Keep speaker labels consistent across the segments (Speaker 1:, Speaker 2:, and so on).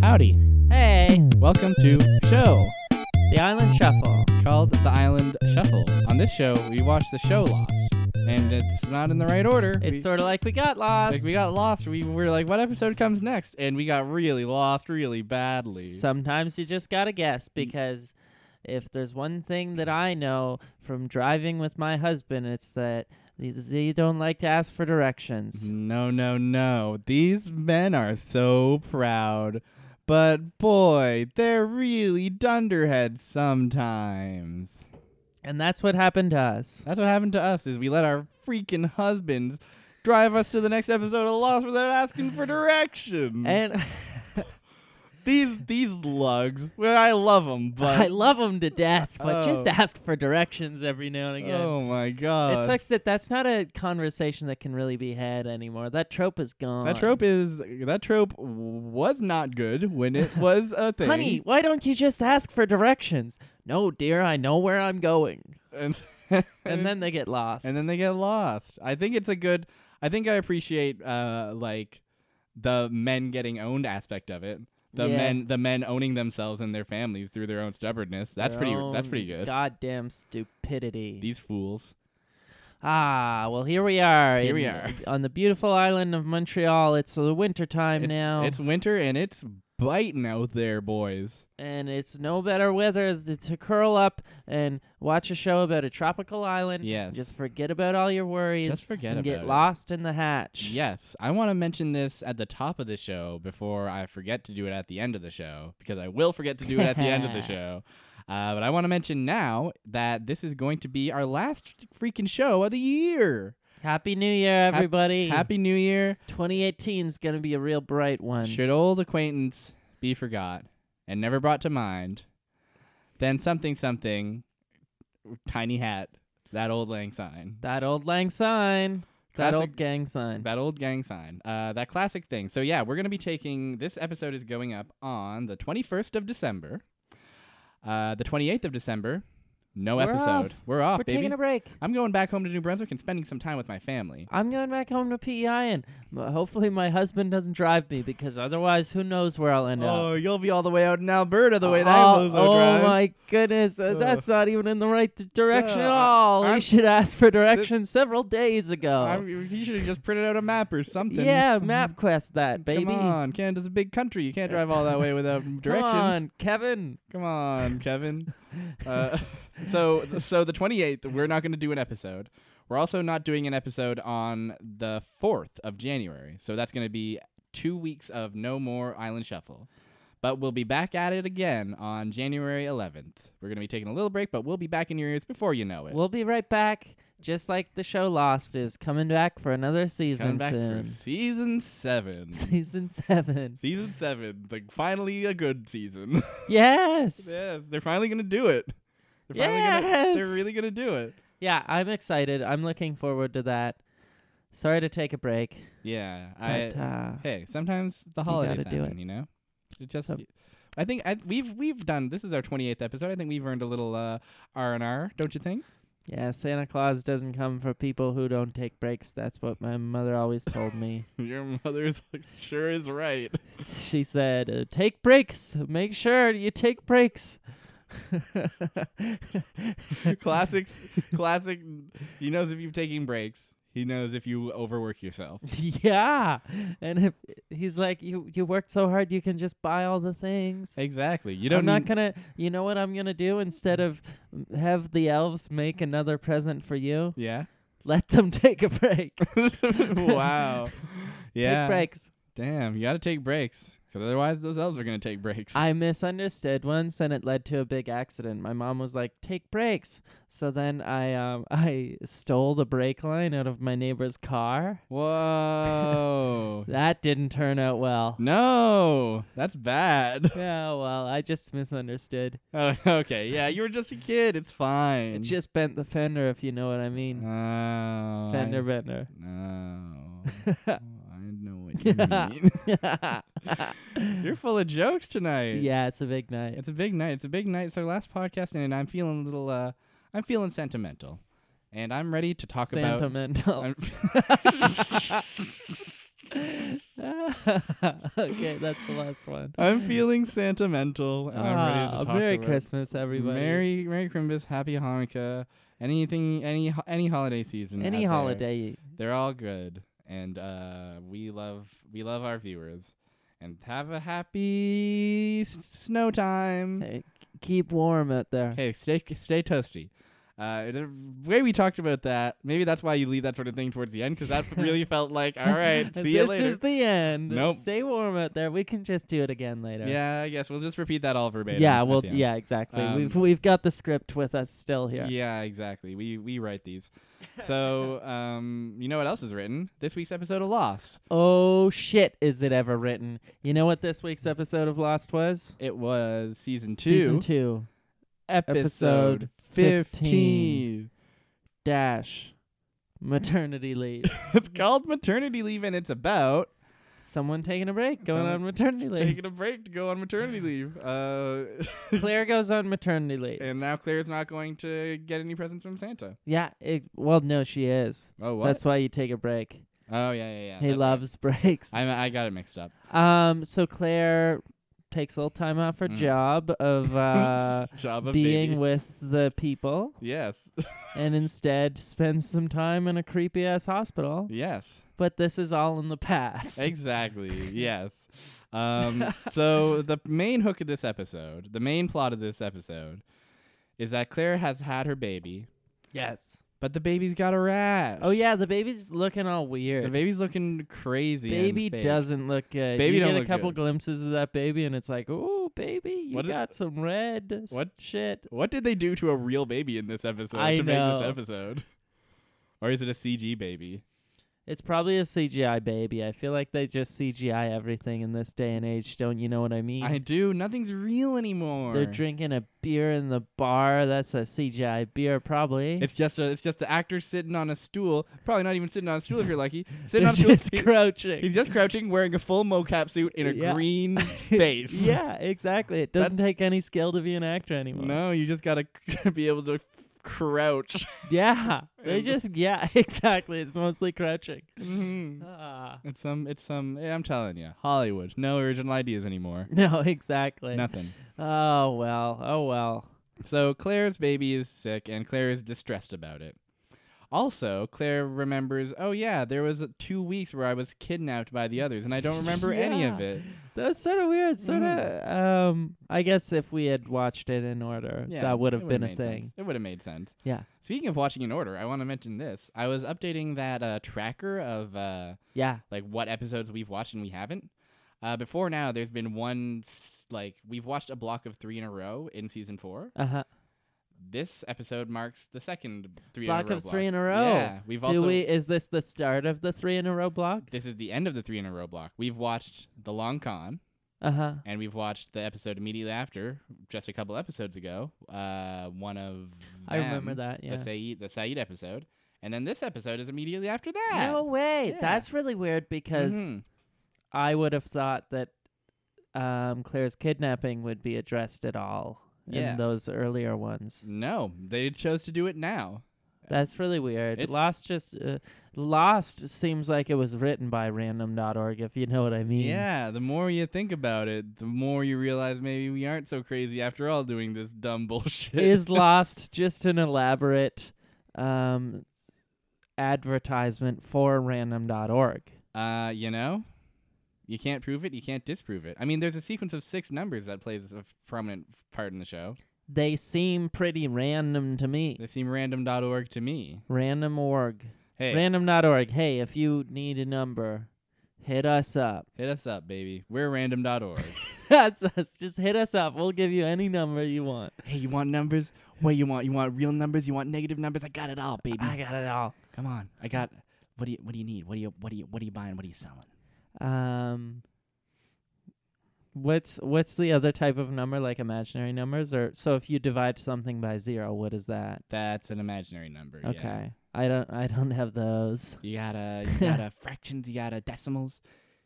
Speaker 1: Howdy.
Speaker 2: Hey,
Speaker 1: Welcome to Show,
Speaker 2: the Island Shuffle.
Speaker 1: called The Island Shuffle. On this show, we watch the show Lost, and it's not in the right order.
Speaker 2: It's
Speaker 1: we,
Speaker 2: sort of like we got lost.
Speaker 1: like we got lost. We were like, what episode comes next? And we got really lost, really badly.
Speaker 2: Sometimes you just gotta
Speaker 1: Mm.
Speaker 2: guess because if there's one thing that I know from driving with my husband, it's that these- you don't like to ask for directions.
Speaker 1: No, no, no. These men are so proud. But boy, they're really dunderheads sometimes.
Speaker 2: And that's what happened to us.
Speaker 1: That's what happened to us is we let our freaking husbands drive us to the next episode of Lost without asking for directions.
Speaker 2: And
Speaker 1: these these lugs, well, I love them, but
Speaker 2: I love them to death, but just
Speaker 1: Oh.
Speaker 2: ask for directions every now and again.
Speaker 1: oh my god,
Speaker 2: it sucks that that's not a conversation that can really be had anymore. That trope is gone.
Speaker 1: that trope is that trope was not good when it was a thing.
Speaker 2: Honey, why don't you just ask for directions? No, dear, I know where I'm going.
Speaker 1: and,
Speaker 2: And then they get lost.
Speaker 1: and then they get lost. I think it's a good. I think I appreciate uh like the men getting owned aspect of it. The
Speaker 2: Yeah.
Speaker 1: men, the men owning themselves and their families through their own stubbornness. That's
Speaker 2: Their
Speaker 1: pretty. That's
Speaker 2: own
Speaker 1: pretty good.
Speaker 2: Goddamn stupidity.
Speaker 1: These fools.
Speaker 2: ah, well, here we are.
Speaker 1: Here we
Speaker 2: in-
Speaker 1: are.
Speaker 2: On the beautiful island of Montreal. It's the winter time
Speaker 1: it's,
Speaker 2: now.
Speaker 1: it's winter and it's biting out there, boys.
Speaker 2: and it's no better weather th- to curl up and watch a show about a tropical island.
Speaker 1: Yes.
Speaker 2: Just forget about all your worries.
Speaker 1: Just forget
Speaker 2: and
Speaker 1: about
Speaker 2: get
Speaker 1: it.
Speaker 2: lost in the hatch.
Speaker 1: Yes, I want to mention this at the top of the show before I forget to do it at the end of the show because I will forget to do it at the end of the show. Uh, but I want to mention now that this is going to be our last freaking show of the year.
Speaker 2: Happy New Year,
Speaker 1: Hap-
Speaker 2: everybody.
Speaker 1: Happy New Year.
Speaker 2: 2018 is going to be a real bright one.
Speaker 1: Should old acquaintance be forgot and never brought to mind, then something something, tiny hat, that old lang syne.
Speaker 2: That old lang sign. That
Speaker 1: Classic-
Speaker 2: old gang sign.
Speaker 1: That old gang sign. Uh, that classic thing. So yeah, we're gonna be taking this episode is going up on the 21st of December, uh, the 28th of December. No
Speaker 2: We're
Speaker 1: episode.
Speaker 2: off.
Speaker 1: We're off,
Speaker 2: We're
Speaker 1: baby.
Speaker 2: taking a break.
Speaker 1: I'm going back home to New Brunswick and spending some time with my family.
Speaker 2: I'm going back home to PEI, and m- hopefully my husband doesn't drive me because otherwise, who knows where I'll end up.
Speaker 1: you'll be all the way out in Alberta Oh, the
Speaker 2: oh, oh my goodness, uh,
Speaker 1: Ugh.
Speaker 2: that's not even in the right d- direction at
Speaker 1: No, I-
Speaker 2: all.
Speaker 1: I'm-
Speaker 2: we should ask for directions several days ago.
Speaker 1: you should have just printed out a map or something.
Speaker 2: yeah, MapQuest that baby.
Speaker 1: mm-hmm. Come on, Canada's a big country. You can't drive all that way without
Speaker 2: Come
Speaker 1: directions.
Speaker 2: on, Kevin.
Speaker 1: Come on, Kevin. uh, so, so the 28th, we're not going to do an episode. We're also not doing an episode on the 4th of January. So that's going to be two weeks of no more Island Shuffle. But we'll be back at it again on January 11th. We're going to be taking a little break, but we'll be back in your ears before you know it.
Speaker 2: We'll be right back, just like the show Lost is coming back for another
Speaker 1: Coming
Speaker 2: season
Speaker 1: back
Speaker 2: soon.
Speaker 1: for season seven.
Speaker 2: season seven.
Speaker 1: season seven, like finally a good season.
Speaker 2: Yes.
Speaker 1: yeah, they're finally going to do it. They're finally gonna,
Speaker 2: Yes!
Speaker 1: they're really going to do it.
Speaker 2: Yeah, I'm excited. I'm looking forward to that. Sorry to take a break.
Speaker 1: Yeah, I,
Speaker 2: But, uh,
Speaker 1: hey, sometimes the
Speaker 2: gotta
Speaker 1: holidays
Speaker 2: do it.
Speaker 1: happen, you know. It just,
Speaker 2: So-
Speaker 1: I think I, we've we've done. This is our 28th episode. I think we've earned a little uh R and R, don't you think?
Speaker 2: yeah, Santa Claus doesn't come for people who don't take breaks. That's what my mother always told me.
Speaker 1: Your mother's like, sure is right.
Speaker 2: she said, uh, "Take breaks. Make sure you take breaks."
Speaker 1: classic, classic. He knows if you're taking breaks. He knows if you overwork yourself.
Speaker 2: yeah, and if, he's like, "You you worked so hard, you can just buy all the things."
Speaker 1: Exactly. You don't.
Speaker 2: I'm not
Speaker 1: need-
Speaker 2: gonna. You know what I'm gonna do instead of mm, have the elves make another present for you?
Speaker 1: yeah.
Speaker 2: Let them take a break.
Speaker 1: wow. Yeah.
Speaker 2: Take breaks.
Speaker 1: Damn. You got to take breaks. 'Cause otherwise, those elves are gonna take breaks.
Speaker 2: I misunderstood once, and it led to a big accident. My mom was like, "Take breaks." So then I um I stole the brake line out of my neighbor's car.
Speaker 1: Whoa.
Speaker 2: That didn't turn out well.
Speaker 1: No, that's bad.
Speaker 2: Yeah, well, I just misunderstood.
Speaker 1: Oh, okay, yeah, you were just a kid. It's fine.
Speaker 2: It just bent the fender, if you know what I mean.
Speaker 1: Oh,
Speaker 2: fender
Speaker 1: I,
Speaker 2: bender.
Speaker 1: no. I know what you mean. You're full of jokes tonight.
Speaker 2: yeah, it's a big night.
Speaker 1: it's a big night. It's a big night. It's our last podcast, and I'm feeling a little. Uh, I'm feeling sentimental, and I'm ready to talk about.
Speaker 2: Sentimental.
Speaker 1: I'm-
Speaker 2: okay, that's the last one.
Speaker 1: I'm feeling sentimental, and I'm ready to
Speaker 2: Ah,
Speaker 1: talk
Speaker 2: Merry
Speaker 1: about
Speaker 2: Christmas, everybody.
Speaker 1: Merry Merry Christmas, Happy Hanukkah, anything, any ho- any holiday season, out
Speaker 2: Any
Speaker 1: there.
Speaker 2: holiday.
Speaker 1: They're all good, and uh, we love we love our viewers, and have a happy s- snow time.
Speaker 2: Hey, keep warm out there.
Speaker 1: Hey, stay stay toasty. Uh, the way we talked about that, maybe that's why you leave that sort of thing towards the end, because that really felt like, all right, see you
Speaker 2: this
Speaker 1: later.
Speaker 2: is the end.
Speaker 1: Nope.
Speaker 2: Stay warm out there. We can just do it again later.
Speaker 1: yeah, I guess we'll just repeat that all verbatim.
Speaker 2: Yeah,
Speaker 1: at
Speaker 2: well,
Speaker 1: the end.
Speaker 2: yeah, exactly.
Speaker 1: Um,
Speaker 2: we've we've got the script with us still here.
Speaker 1: Yeah, exactly. We we write these. So, um, you know what else is written? This week's episode of Lost.
Speaker 2: Oh shit, is it ever written? You know what this week's episode of Lost was?
Speaker 1: It was season two,
Speaker 2: Season two
Speaker 1: episode
Speaker 2: episode
Speaker 1: 15.
Speaker 2: dash maternity leave.
Speaker 1: it's called Maternity Leave, and it's about
Speaker 2: Someone taking a break, going
Speaker 1: Someone
Speaker 2: on maternity leave.
Speaker 1: taking a break to go on maternity leave. Uh,
Speaker 2: Claire goes on maternity leave.
Speaker 1: and now Claire's not going to get any presents from Santa.
Speaker 2: yeah, it, well, no, she is.
Speaker 1: Oh, what?
Speaker 2: That's why you take a break.
Speaker 1: oh, yeah, yeah, yeah.
Speaker 2: he
Speaker 1: that's right.
Speaker 2: loves breaks.
Speaker 1: I, I got it mixed up.
Speaker 2: Um, so Claire takes a little time off her
Speaker 1: Mm.
Speaker 2: job of uh,
Speaker 1: Job of
Speaker 2: being
Speaker 1: baby.
Speaker 2: with the people,
Speaker 1: yes,
Speaker 2: and instead spends some time in a creepy ass hospital.
Speaker 1: yes,
Speaker 2: But this is all in the past.
Speaker 1: exactly, yes. Um, so the main hook of this episode, the main plot of this episode, is that Claire has had her baby,
Speaker 2: yes.
Speaker 1: but the baby's got a rash.
Speaker 2: Oh yeah, the baby's looking all
Speaker 1: the
Speaker 2: weird.
Speaker 1: baby's looking crazy. and
Speaker 2: baby
Speaker 1: fake.
Speaker 2: doesn't look good.
Speaker 1: Baby
Speaker 2: you
Speaker 1: don't
Speaker 2: get a
Speaker 1: look
Speaker 2: couple
Speaker 1: good.
Speaker 2: glimpses of that baby, and it's like, oh, baby, you
Speaker 1: What did-
Speaker 2: got some red s-
Speaker 1: what-
Speaker 2: shit.
Speaker 1: What did they do to a real baby in this episode
Speaker 2: I
Speaker 1: to
Speaker 2: know.
Speaker 1: make this episode? Or is it a CG baby?
Speaker 2: It's probably a CGI baby. I feel like they just CGI everything in this day and age. Don't you know what I mean?
Speaker 1: I do. Nothing's real anymore.
Speaker 2: They're drinking a beer in the bar. That's a CGI beer, probably.
Speaker 1: It's just a, it's just the actor sitting on a stool. Probably not even sitting on a stool if you're lucky.
Speaker 2: They're
Speaker 1: Sitting on a stool.
Speaker 2: just
Speaker 1: He-
Speaker 2: crouching.
Speaker 1: he's just crouching, wearing a full mocap suit in a
Speaker 2: Yeah.
Speaker 1: green space.
Speaker 2: yeah, exactly. It doesn't take any skill to be an actor anymore.
Speaker 1: No, you just gotta be able to crouch.
Speaker 2: Yeah, they
Speaker 1: And-
Speaker 2: just yeah, exactly. It's mostly crouching.
Speaker 1: it's
Speaker 2: Ah.
Speaker 1: some. It's some. eh, I'm telling you, Hollywood. No original ideas anymore.
Speaker 2: No, exactly.
Speaker 1: Nothing.
Speaker 2: Oh well. Oh well.
Speaker 1: So Claire's baby is sick, and Claire is distressed about it. Also, Claire remembers, oh yeah, there was uh, two weeks where I was kidnapped by the others, and I don't remember any of
Speaker 2: Yeah.
Speaker 1: it.
Speaker 2: That's sort of weird. Sort
Speaker 1: Mm.
Speaker 2: of. Um. I guess if we had watched it in order, that would
Speaker 1: it
Speaker 2: have
Speaker 1: would've
Speaker 2: been a
Speaker 1: made sense.
Speaker 2: thing.
Speaker 1: It would have made sense.
Speaker 2: Yeah.
Speaker 1: Speaking of watching in order, I want to mention this. I was updating that uh, tracker of uh,
Speaker 2: Yeah.
Speaker 1: like what episodes we've watched and we haven't. Uh, before now, there's been one s- like we've watched a block of three in a row in season four.
Speaker 2: Uh huh.
Speaker 1: This episode marks the second three
Speaker 2: Block
Speaker 1: in a row
Speaker 2: of three in a row.
Speaker 1: Yeah, we've
Speaker 2: Do
Speaker 1: also.
Speaker 2: we? Is this the start of the three in a row block?
Speaker 1: This is the end of the three in a row block. We've watched The Long Con,
Speaker 2: Uh huh.
Speaker 1: and we've watched the episode immediately after, just a couple episodes ago. Uh, one of
Speaker 2: I remember
Speaker 1: them.
Speaker 2: that. Yeah.
Speaker 1: the Saeed the Saeed episode, and then this episode is immediately after that.
Speaker 2: No way.
Speaker 1: Yeah.
Speaker 2: That's really weird because
Speaker 1: Mhm.
Speaker 2: I would have thought that um, Claire's kidnapping would be addressed at all
Speaker 1: Yeah.
Speaker 2: in those earlier ones.
Speaker 1: no, they chose to do it now.
Speaker 2: That's really weird.
Speaker 1: It's-
Speaker 2: Lost just uh, Lost seems like it was written by random.org if you know what I mean.
Speaker 1: Yeah, the more you think about it, the more you realize maybe we aren't so crazy after all doing this dumb bullshit.
Speaker 2: Is Lost just an elaborate um, advertisement for random.org?
Speaker 1: uh, you know, you can't prove it, you can't disprove it. I mean, there's a sequence of six numbers that plays a prominent part in the show.
Speaker 2: They seem pretty random to me.
Speaker 1: They seem random.org to me.
Speaker 2: Random org.
Speaker 1: Hey,
Speaker 2: Random.org. Hey, if you need a number, hit us up.
Speaker 1: hit us up, baby. We're random.org.
Speaker 2: That's us. Just hit us up. We'll give you any number you want.
Speaker 1: hey, you want numbers? What you want? You want real numbers? You want negative numbers? I got it all, baby.
Speaker 2: I got it all.
Speaker 1: Come on, I got. What do you What do you need? What do you What do you What are you buying? What are you selling?
Speaker 2: Um What's what's the other type of number like imaginary numbers or so if you divide something by 0 what is that?
Speaker 1: That's an imaginary number. yeah.
Speaker 2: Okay. I don't I don't have those.
Speaker 1: You gotta You gotta fractions. You gotta decimals.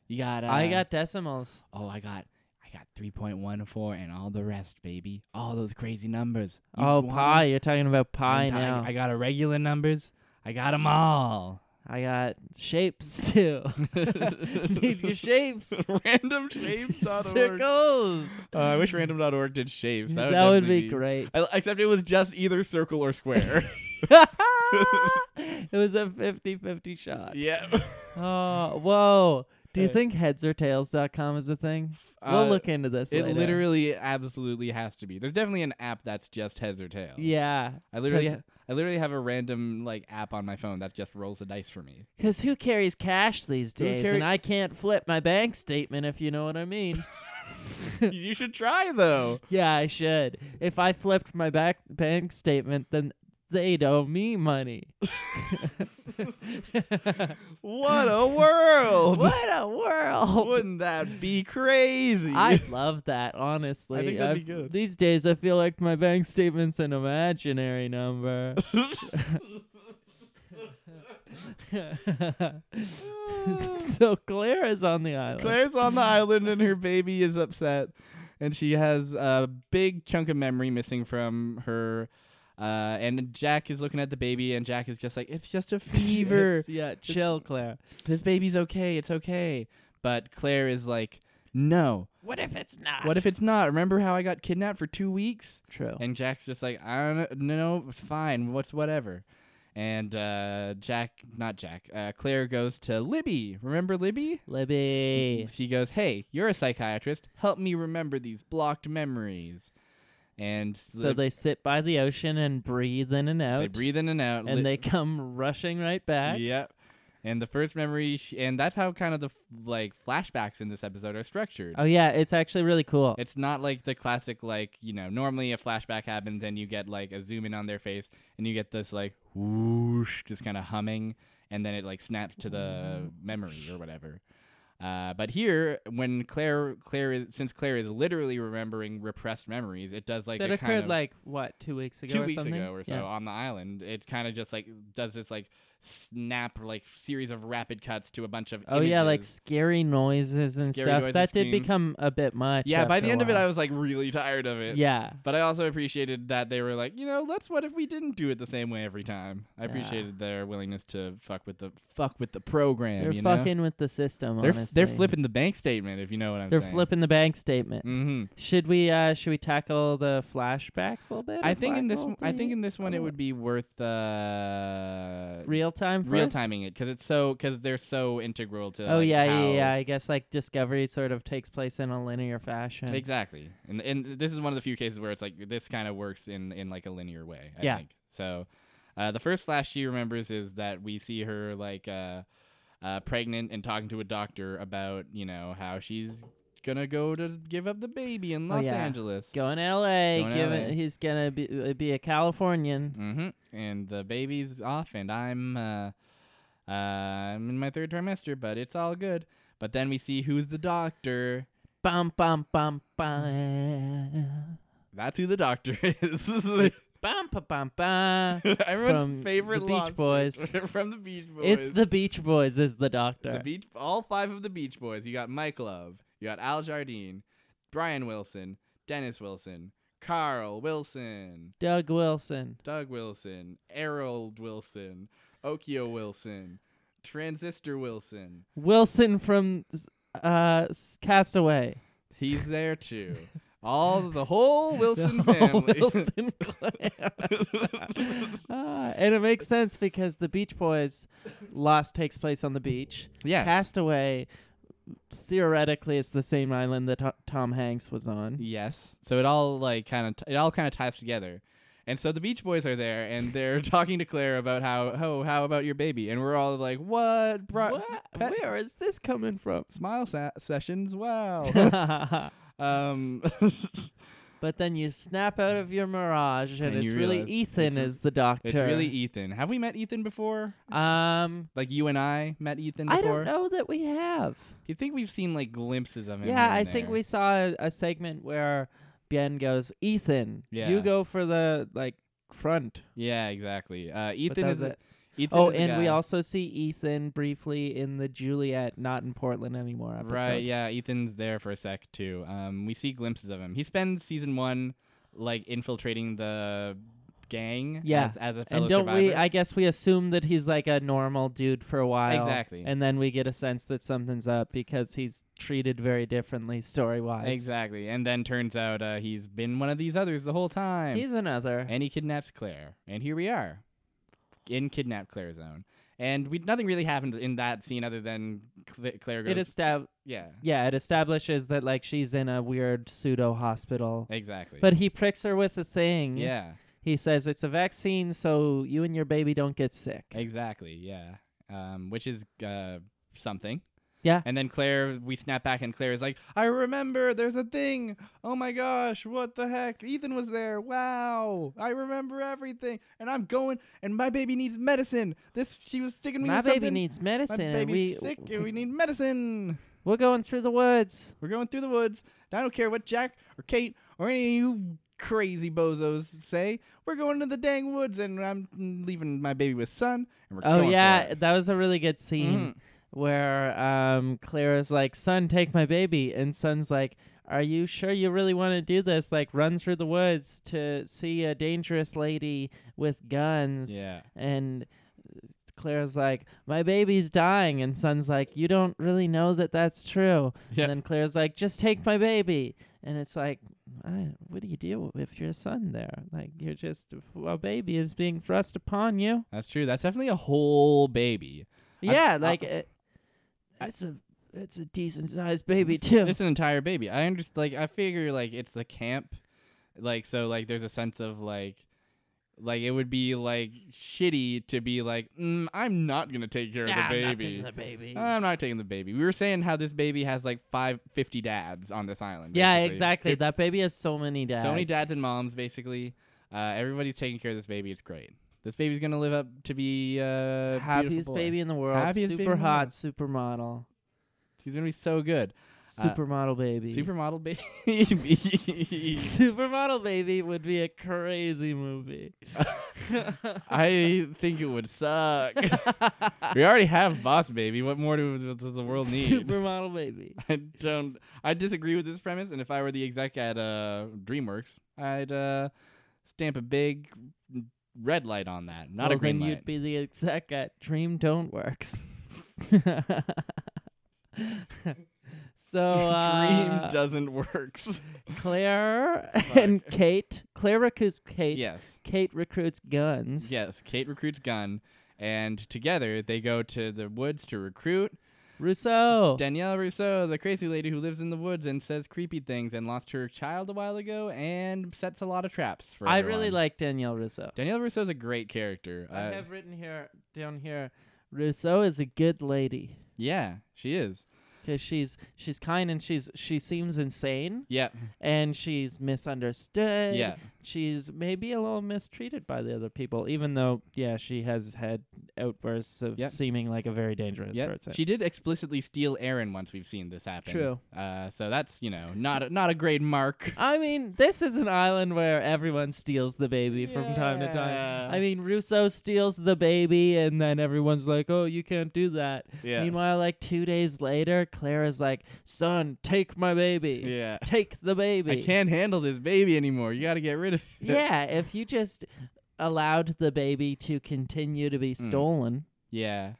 Speaker 1: You gotta.
Speaker 2: I got decimals.
Speaker 1: Oh, I got. I got three point one four and all the rest, baby. All those crazy numbers. You
Speaker 2: oh,
Speaker 1: want 'em?
Speaker 2: pi. You're talking about
Speaker 1: I'm
Speaker 2: pi
Speaker 1: ta-
Speaker 2: now.
Speaker 1: I got irregular numbers. I got 'em all.
Speaker 2: I got shapes too. Need your shapes.
Speaker 1: Randomshapes.org.
Speaker 2: Circles.
Speaker 1: Uh, I wish random.org did shapes. That would,
Speaker 2: that would
Speaker 1: definitely
Speaker 2: be great.
Speaker 1: I, except it was just either circle or square.
Speaker 2: it was a 50-50 shot.
Speaker 1: yeah.
Speaker 2: Oh, whoa. Do you
Speaker 1: Uh,
Speaker 2: think heads or tails.com is a thing?
Speaker 1: Uh,
Speaker 2: we'll look into this.
Speaker 1: It
Speaker 2: later.
Speaker 1: literally absolutely has to be. There's definitely an app that's just heads or tails.
Speaker 2: Yeah.
Speaker 1: I literally
Speaker 2: Does-
Speaker 1: I literally have a random like app on my phone that just rolls a dice for me.
Speaker 2: Because who carries cash these
Speaker 1: Who
Speaker 2: days?
Speaker 1: carry-
Speaker 2: and I can't flip my bank statement if you know what I mean.
Speaker 1: you should try though.
Speaker 2: yeah, I should. If I flipped my back bank statement, then they owe me money.
Speaker 1: What a world.
Speaker 2: what a world!
Speaker 1: Wouldn't that be crazy?
Speaker 2: I love that, honestly.
Speaker 1: I think that'd be
Speaker 2: I've-
Speaker 1: good.
Speaker 2: These days, I feel like my bank statement's an imaginary number.
Speaker 1: Ah.
Speaker 2: so Claire is on the island.
Speaker 1: Claire's on the island and her baby is upset, and she has a big chunk of memory missing from her. Uh, and Jack is looking at the baby, and Jack is just like, "It's just a fever.
Speaker 2: It's- yeah, chill, Claire.
Speaker 1: this baby's okay. It's okay." But Claire is like, "No.
Speaker 2: What if it's not?
Speaker 1: What if it's not? Remember how I got kidnapped for two weeks?"
Speaker 2: true?
Speaker 1: And Jack's just like, I don't know, no, fine, what's whatever. And uh, Jack, not Jack, uh, Claire goes to Libby. Remember Libby?
Speaker 2: Libby.
Speaker 1: She goes, Hey, you're a psychiatrist. Help me remember these blocked memories. And
Speaker 2: So
Speaker 1: Mm-hmm. Lib-
Speaker 2: they sit by the ocean and breathe in and out.
Speaker 1: they breathe in and out.
Speaker 2: and they come rushing right back.
Speaker 1: Yep. And the first memory, she, and that's how kind of the f- like flashbacks in this episode are structured.
Speaker 2: Oh yeah, it's actually really cool.
Speaker 1: It's not like the classic, like, you know, normally a flashback happens and you get like a zoom in on their face and you get this like whoosh, just kind of humming, and then it like snaps to the memory or whatever. Uh, but here, when Claire, Claire is, since Claire is literally remembering repressed memories, it does like
Speaker 2: that
Speaker 1: a
Speaker 2: occurred
Speaker 1: kind of,
Speaker 2: like what two weeks ago
Speaker 1: two
Speaker 2: or
Speaker 1: weeks
Speaker 2: something?
Speaker 1: ago or so
Speaker 2: Yeah.
Speaker 1: on the island. It kind of just like does this like snap, like series of rapid cuts to a bunch of
Speaker 2: Oh yeah, like
Speaker 1: images.
Speaker 2: scary noises and
Speaker 1: Scary
Speaker 2: stuff.
Speaker 1: noises,
Speaker 2: that did
Speaker 1: screams.
Speaker 2: become a bit much.
Speaker 1: yeah. By
Speaker 2: after
Speaker 1: the
Speaker 2: a
Speaker 1: end of it,
Speaker 2: while.
Speaker 1: I was like really tired of it.
Speaker 2: yeah.
Speaker 1: But I also appreciated that they were like, you know, let's what if we didn't do it the same way every time. I
Speaker 2: Yeah.
Speaker 1: appreciated their willingness to fuck with the fuck with the program.
Speaker 2: They're
Speaker 1: you know?
Speaker 2: fucking with the system.
Speaker 1: They're f-
Speaker 2: honestly.
Speaker 1: they're flipping the bank statement if you know what I'm
Speaker 2: They're
Speaker 1: saying.
Speaker 2: flipping the bank statement.
Speaker 1: Mm-hmm.
Speaker 2: Should we uh should we tackle the flashbacks a little bit?
Speaker 1: I
Speaker 2: of
Speaker 1: think in
Speaker 2: Black
Speaker 1: this
Speaker 2: Hole
Speaker 1: one- I think
Speaker 2: Theory?
Speaker 1: in this one it
Speaker 2: Oh.
Speaker 1: would be worth uh,
Speaker 2: real time.
Speaker 1: real
Speaker 2: first?
Speaker 1: timing it because it's so because they're so integral to.
Speaker 2: oh
Speaker 1: like,
Speaker 2: yeah, yeah,
Speaker 1: how-
Speaker 2: yeah. I guess like discovery sort of takes place in a linear fashion.
Speaker 1: Exactly, and and this is one of the few cases where it's like this kind of works in in like a linear way. I
Speaker 2: Yeah.
Speaker 1: think. So, uh, the first flash she remembers is that we see her like uh, uh, pregnant and talking to a doctor about you know how she's gonna go to give up the baby in
Speaker 2: Oh,
Speaker 1: Los
Speaker 2: yeah.
Speaker 1: Angeles.
Speaker 2: Going to L.A.
Speaker 1: Going to
Speaker 2: give it-
Speaker 1: LA.
Speaker 2: he's gonna be uh, be a Californian.
Speaker 1: hmm And the baby's off, and I'm uh, uh, I'm in my third trimester, but it's all good. But then we see who's the doctor.
Speaker 2: Bum bum bum bum.
Speaker 1: That's who the doctor is.
Speaker 2: It's bum ba, bum bum.
Speaker 1: Everyone's
Speaker 2: From
Speaker 1: favorite
Speaker 2: the Beach
Speaker 1: Lost
Speaker 2: Boys.
Speaker 1: from the Beach Boys.
Speaker 2: It's the Beach Boys is the
Speaker 1: the
Speaker 2: doctor.
Speaker 1: Beach. All five of the Beach Boys. You got Mike Love. You got Al Jardine, Brian Wilson, Dennis Wilson, Carl Wilson,
Speaker 2: Doug Wilson.
Speaker 1: Doug Wilson, Harold Wilson, Okio Wilson, Transistor Wilson.
Speaker 2: Wilson from uh s- Castaway.
Speaker 1: He's there too. All the whole Wilson
Speaker 2: Oh,
Speaker 1: family.
Speaker 2: Wilson Clan. Ah, and it makes sense because the Beach Boys Lost takes place on the beach.
Speaker 1: yeah.
Speaker 2: Castaway theoretically it's the same island that To- Tom Hanks was on.
Speaker 1: Yes. So it all like kind of it all kind of ties together. And so the Beach Boys are there and they're talking to Claire about how oh how about your baby and we're all like what bro
Speaker 2: What?
Speaker 1: pet-
Speaker 2: Where is this coming from?
Speaker 1: smile sa- sessions wow
Speaker 2: but
Speaker 1: um
Speaker 2: then you snap out of your mirage and,
Speaker 1: And
Speaker 2: it's
Speaker 1: you
Speaker 2: really
Speaker 1: realize
Speaker 2: Ethan
Speaker 1: it's-
Speaker 2: is the doctor.
Speaker 1: it's really E Ethan have we met Ethan before
Speaker 2: um
Speaker 1: like you and I met Ethan
Speaker 2: I
Speaker 1: before
Speaker 2: don't know that we have.
Speaker 1: you think we've seen like glimpses of him
Speaker 2: Yeah,
Speaker 1: here
Speaker 2: I
Speaker 1: and
Speaker 2: think
Speaker 1: there.
Speaker 2: we saw a, a segment where Bien goes, Ethan,
Speaker 1: Yeah.
Speaker 2: you go for the like front.
Speaker 1: yeah exactly uh
Speaker 2: But
Speaker 1: Ethan
Speaker 2: that
Speaker 1: is
Speaker 2: was
Speaker 1: a,
Speaker 2: it.
Speaker 1: Ethan
Speaker 2: oh,
Speaker 1: is a
Speaker 2: and we
Speaker 1: guy-
Speaker 2: also see Ethan briefly in the Juliet, not in Portland anymore episode.
Speaker 1: Right, yeah, Ethan's there for a sec too. Um, we see glimpses of him. He spends season one like infiltrating the gang
Speaker 2: Yeah.
Speaker 1: as, as a fellow
Speaker 2: And don't
Speaker 1: survivor.
Speaker 2: we? I guess we assume that he's like a normal dude for a while.
Speaker 1: Exactly.
Speaker 2: And then we get a sense that something's up because he's treated very differently story wise.
Speaker 1: exactly. And then turns out uh, he's been one of these others the whole time.
Speaker 2: He's another.
Speaker 1: and he kidnaps Claire, and here we are, in kidnap Claire zone. And we nothing really happened in that scene other than Cl- Claire goes,
Speaker 2: It estab-
Speaker 1: yeah,
Speaker 2: yeah, it establishes that like she's in a weird pseudo hospital.
Speaker 1: exactly.
Speaker 2: But he pricks her with a thing.
Speaker 1: yeah,
Speaker 2: He says it's a vaccine so you and your baby don't get sick.
Speaker 1: exactly, yeah, um, which is uh, something.
Speaker 2: Yeah.
Speaker 1: And then Claire, we snap back, and Claire is like, "I remember. There's a thing. Oh my gosh, what the heck? Ethan was there. Wow, I remember everything. And I'm going, and my baby needs medicine. This she was sticking me
Speaker 2: My
Speaker 1: with
Speaker 2: baby
Speaker 1: something.
Speaker 2: needs medicine.
Speaker 1: my
Speaker 2: and
Speaker 1: baby's
Speaker 2: we,
Speaker 1: sick, and we need medicine."
Speaker 2: We're going through the woods.
Speaker 1: We're going through the woods. and I don't care what Jack or Kate or any of you crazy bozos say. We're going to the dang woods, and I'm leaving my baby with son. And we're
Speaker 2: Oh
Speaker 1: going
Speaker 2: yeah,
Speaker 1: for it.
Speaker 2: that was a really good scene.
Speaker 1: Mhm.
Speaker 2: where um Clara's like, "Son, take my baby," and Son's like, "Are you sure you really want to do this? Like, run through the woods to see a dangerous lady with guns?"
Speaker 1: yeah,
Speaker 2: And Clara's like, "My baby's dying," and Son's like, "You don't really know that that's true."
Speaker 1: Yeah.
Speaker 2: And then Clara's like, "Just take my baby," and it's like, I, "What do you do if your son there? Like, you're just a baby is being thrust upon you."
Speaker 1: that's true. That's definitely a whole baby. I-
Speaker 2: Yeah,
Speaker 1: I-
Speaker 2: like it,
Speaker 1: I-
Speaker 2: it's a it's a decent sized baby too.
Speaker 1: It's an entire baby. I understand. Like I figure, like it's the camp, like so, like there's a sense of like. Like it would be like shitty to be like, mm, I'm not gonna take care of the baby. Ah,
Speaker 2: the baby.
Speaker 1: I'm not taking the baby. We were saying how this baby has like five, 50 dads on this island.
Speaker 2: yeah,
Speaker 1: basically.
Speaker 2: exactly. That baby has so many dads.
Speaker 1: So many dads and moms, basically. Uh, everybody's taking care of this baby. It's great. This baby's gonna live up to be uh,
Speaker 2: Happiest
Speaker 1: beautiful boy.
Speaker 2: baby in the world.
Speaker 1: Happiest baby in
Speaker 2: super
Speaker 1: the
Speaker 2: hot, supermodel,
Speaker 1: He's gonna be so good. Uh,
Speaker 2: supermodel baby.
Speaker 1: Supermodel baby.
Speaker 2: supermodel baby would be a crazy movie.
Speaker 1: I think it would suck. we already have Boss Baby. What more do, does the world need?
Speaker 2: Supermodel baby.
Speaker 1: I don't. I disagree with this premise. And if I were the exec at uh, DreamWorks, I'd uh, stamp a big red light on that, not
Speaker 2: well,
Speaker 1: a green
Speaker 2: then
Speaker 1: light.
Speaker 2: You'd be the exec at Dream Don't Works. so
Speaker 1: Dream
Speaker 2: uh,
Speaker 1: doesn't works.
Speaker 2: Claire and Kate. Claire recruits Kate.
Speaker 1: yes,
Speaker 2: Kate recruits guns.
Speaker 1: yes. Kate recruits Gunn, and together they go to the woods to recruit
Speaker 2: Rousseau.
Speaker 1: Danielle Rousseau, the crazy lady who lives in the woods and says creepy things and lost her child a while ago and sets a lot of traps for.
Speaker 2: I really
Speaker 1: everyone.
Speaker 2: like Danielle Rousseau.
Speaker 1: Danielle Rousseau's a great character.
Speaker 2: I
Speaker 1: Uh,
Speaker 2: have written here down here. Rousseau is a good lady
Speaker 1: yeah, she is.
Speaker 2: because she's she's kind and she's she seems insane
Speaker 1: Yeah,
Speaker 2: and she's misunderstood.
Speaker 1: yeah.
Speaker 2: she's maybe a little mistreated by the other people, even though yeah, she has had outbursts of
Speaker 1: Yep.
Speaker 2: seeming like a very dangerous
Speaker 1: Yep.
Speaker 2: person.
Speaker 1: She did explicitly steal Aaron once we've seen this happen.
Speaker 2: True.
Speaker 1: Uh, so that's, you know, not a, not a great mark.
Speaker 2: I mean, this is an island where everyone steals the baby from time to time.
Speaker 1: Yeah.
Speaker 2: I mean, Russo steals the baby, and then everyone's like, "Oh, you can't do that."
Speaker 1: Yeah.
Speaker 2: Meanwhile, like two days later, Clara's like, "Son, take my baby.
Speaker 1: yeah.
Speaker 2: Take the baby."
Speaker 1: I can't handle this baby anymore. You got to get rid of it.
Speaker 2: Yeah, if you just allowed the baby to continue to be
Speaker 1: Mm.
Speaker 2: stolen,
Speaker 1: Yeah.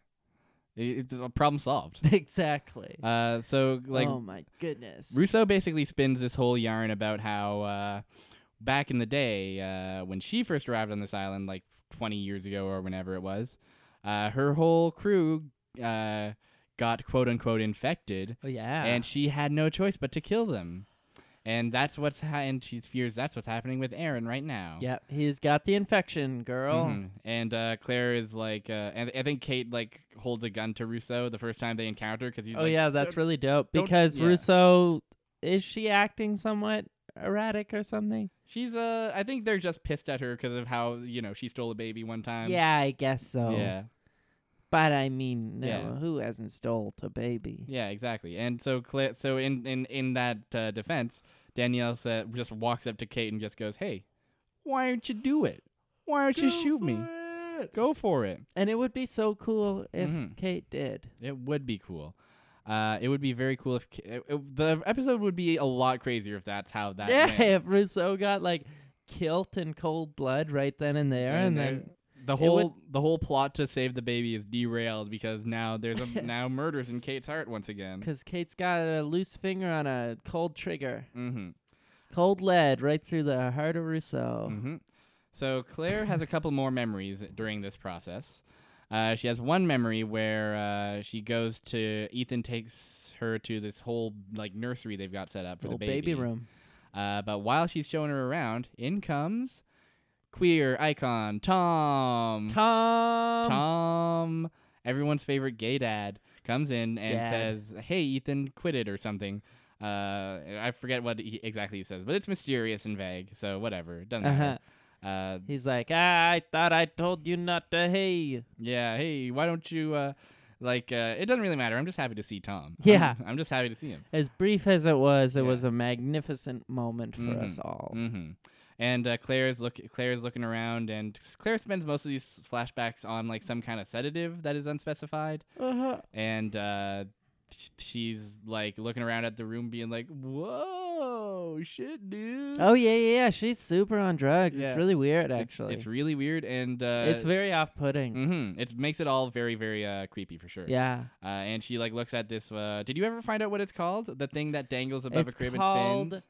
Speaker 1: It- It's a problem solved.
Speaker 2: exactly.
Speaker 1: Uh, so, like,
Speaker 2: oh my goodness.
Speaker 1: Rousseau basically spins this whole yarn about how uh, back in the day, uh, when she first arrived on this island, like 20 years ago or whenever it was, uh, her whole crew uh, got quote unquote infected
Speaker 2: Oh, yeah.
Speaker 1: and she had no choice but to kill them. And that's what's ha- and she fears that's what's happening with Aaron right now.
Speaker 2: yep, he's got the infection, girl.
Speaker 1: Mhm. And uh, Claire is like, uh, and I think Kate like holds a gun to Rousseau the first time they encounter because he's
Speaker 2: Oh
Speaker 1: like,
Speaker 2: yeah, that's
Speaker 1: "Don't-"
Speaker 2: really dope
Speaker 1: don't-
Speaker 2: because
Speaker 1: yeah.
Speaker 2: Russo is she acting somewhat erratic or something?
Speaker 1: she's uh, I think they're just pissed at her because of how you know she stole a baby one time.
Speaker 2: yeah, I guess so.
Speaker 1: yeah,
Speaker 2: But I mean, no,
Speaker 1: Yeah.
Speaker 2: who hasn't stole a baby?
Speaker 1: yeah, exactly. And so Claire, so in in in that uh, defense, Danielle sa- just walks up to Kate and just goes, "Hey, why aren't you do it? Why aren't you shoot me? Go for it."
Speaker 2: And it would be so cool if
Speaker 1: Mhm.
Speaker 2: Kate did.
Speaker 1: It would be cool. Uh, it would be very cool if K- it, it- the episode would be a lot crazier if that's how that.
Speaker 2: yeah,
Speaker 1: went.
Speaker 2: if Russo got like kilt in cold blood right then and there, and,
Speaker 1: there-
Speaker 2: then
Speaker 1: the
Speaker 2: it
Speaker 1: whole
Speaker 2: would-
Speaker 1: the whole plot to save the baby is derailed because now there's a now murders in Kate's heart once again.
Speaker 2: because Kate's got a loose finger on a cold trigger,
Speaker 1: Mm-hmm.
Speaker 2: cold lead right through the heart of Rousseau.
Speaker 1: hmm So Claire has a couple more memories during this process. Uh, she has one memory where uh, she goes to Ethan takes her to this whole like nursery they've got set up for
Speaker 2: Little
Speaker 1: the
Speaker 2: baby.
Speaker 1: baby,
Speaker 2: room.
Speaker 1: Uh, but while she's showing her around, in comes queer icon Tom.
Speaker 2: Tom.
Speaker 1: Mm. Tom, everyone's favorite gay dad, comes in and
Speaker 2: Dad.
Speaker 1: says, "Hey, Ethan, quit it or something." Uh, I forget what he, exactly he says, but it's mysterious and vague, so whatever, it doesn't
Speaker 2: Uh-huh.
Speaker 1: matter. Uh,
Speaker 2: He's like, ah, I thought I told you not to. Hey.
Speaker 1: yeah, hey, why don't you? Uh, like, uh, it doesn't really matter. I'm just happy to see Tom. I'm-
Speaker 2: Yeah.
Speaker 1: I'm, just happy to see him.
Speaker 2: As brief as it was, it
Speaker 1: Yeah.
Speaker 2: was a magnificent moment for us all.
Speaker 1: hmm And uh, Claire's look. Claire's looking around, and Claire spends most of these flashbacks on like some kind of sedative that is unspecified.
Speaker 2: Uh-huh.
Speaker 1: Mm. and uh, sh- she's like looking around at the room, being like, "Whoa, shit, dude!"
Speaker 2: Oh yeah, yeah, yeah. She's super on drugs.
Speaker 1: Yeah.
Speaker 2: It's really weird,
Speaker 1: It's-
Speaker 2: actually.
Speaker 1: it's, really weird, and uh,
Speaker 2: It's very off-putting.
Speaker 1: mhm, it makes it all very, very uh, creepy for sure.
Speaker 2: Yeah,
Speaker 1: Uh, and she like looks at this. Uh, did you ever find out what it's called? The thing that dangles above
Speaker 2: It's
Speaker 1: a crib
Speaker 2: called-
Speaker 1: and spins.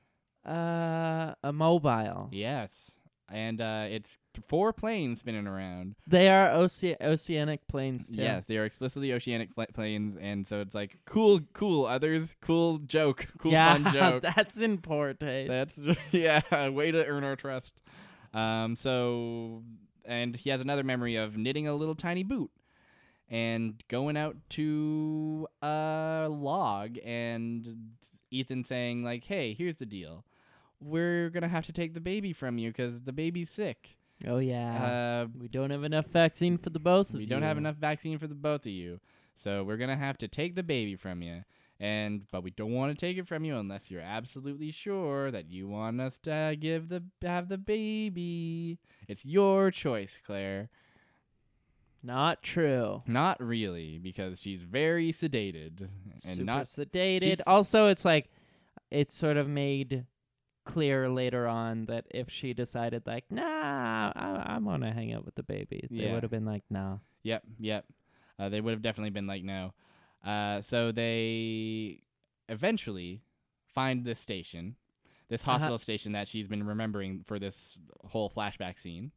Speaker 2: uh, a mobile.
Speaker 1: Yes, and uh, it's th- four planes spinning around.
Speaker 2: They are oce- oceanic planes too.
Speaker 1: Yes, they are explicitly oceanic fl- planes, and so it's like cool, cool others, cool joke, cool
Speaker 2: yeah,
Speaker 1: fun joke.
Speaker 2: that's in poor taste.
Speaker 1: That's yeah, way to earn our trust. Um, so and he has another memory of knitting a little tiny boot and going out to a log and Ethan saying like, "Hey, here's the deal. We're going to have to take the baby from you cuz the baby's sick.
Speaker 2: oh yeah.
Speaker 1: Uh,
Speaker 2: we don't have enough vaccine for the both of you.
Speaker 1: we don't have enough vaccine for the both of you. So we're going to have to take the baby from you." And but we don't want to take it from you unless you're absolutely sure that you want us to give the have the baby. It's your choice, Claire.
Speaker 2: Not true.
Speaker 1: Not really, because she's very sedated and
Speaker 2: Super
Speaker 1: not
Speaker 2: sedated.
Speaker 1: she's-
Speaker 2: also, it's like it's sort of made clear later on that if she decided like, nah, I, I want to hang out with the baby, they
Speaker 1: Yeah.
Speaker 2: would have been like, nah.
Speaker 1: Yep, yep. Uh, they would have definitely been like no. Uh, so they eventually find this station, this
Speaker 2: Uh-huh.
Speaker 1: hospital station that she's been remembering for this whole flashback scene.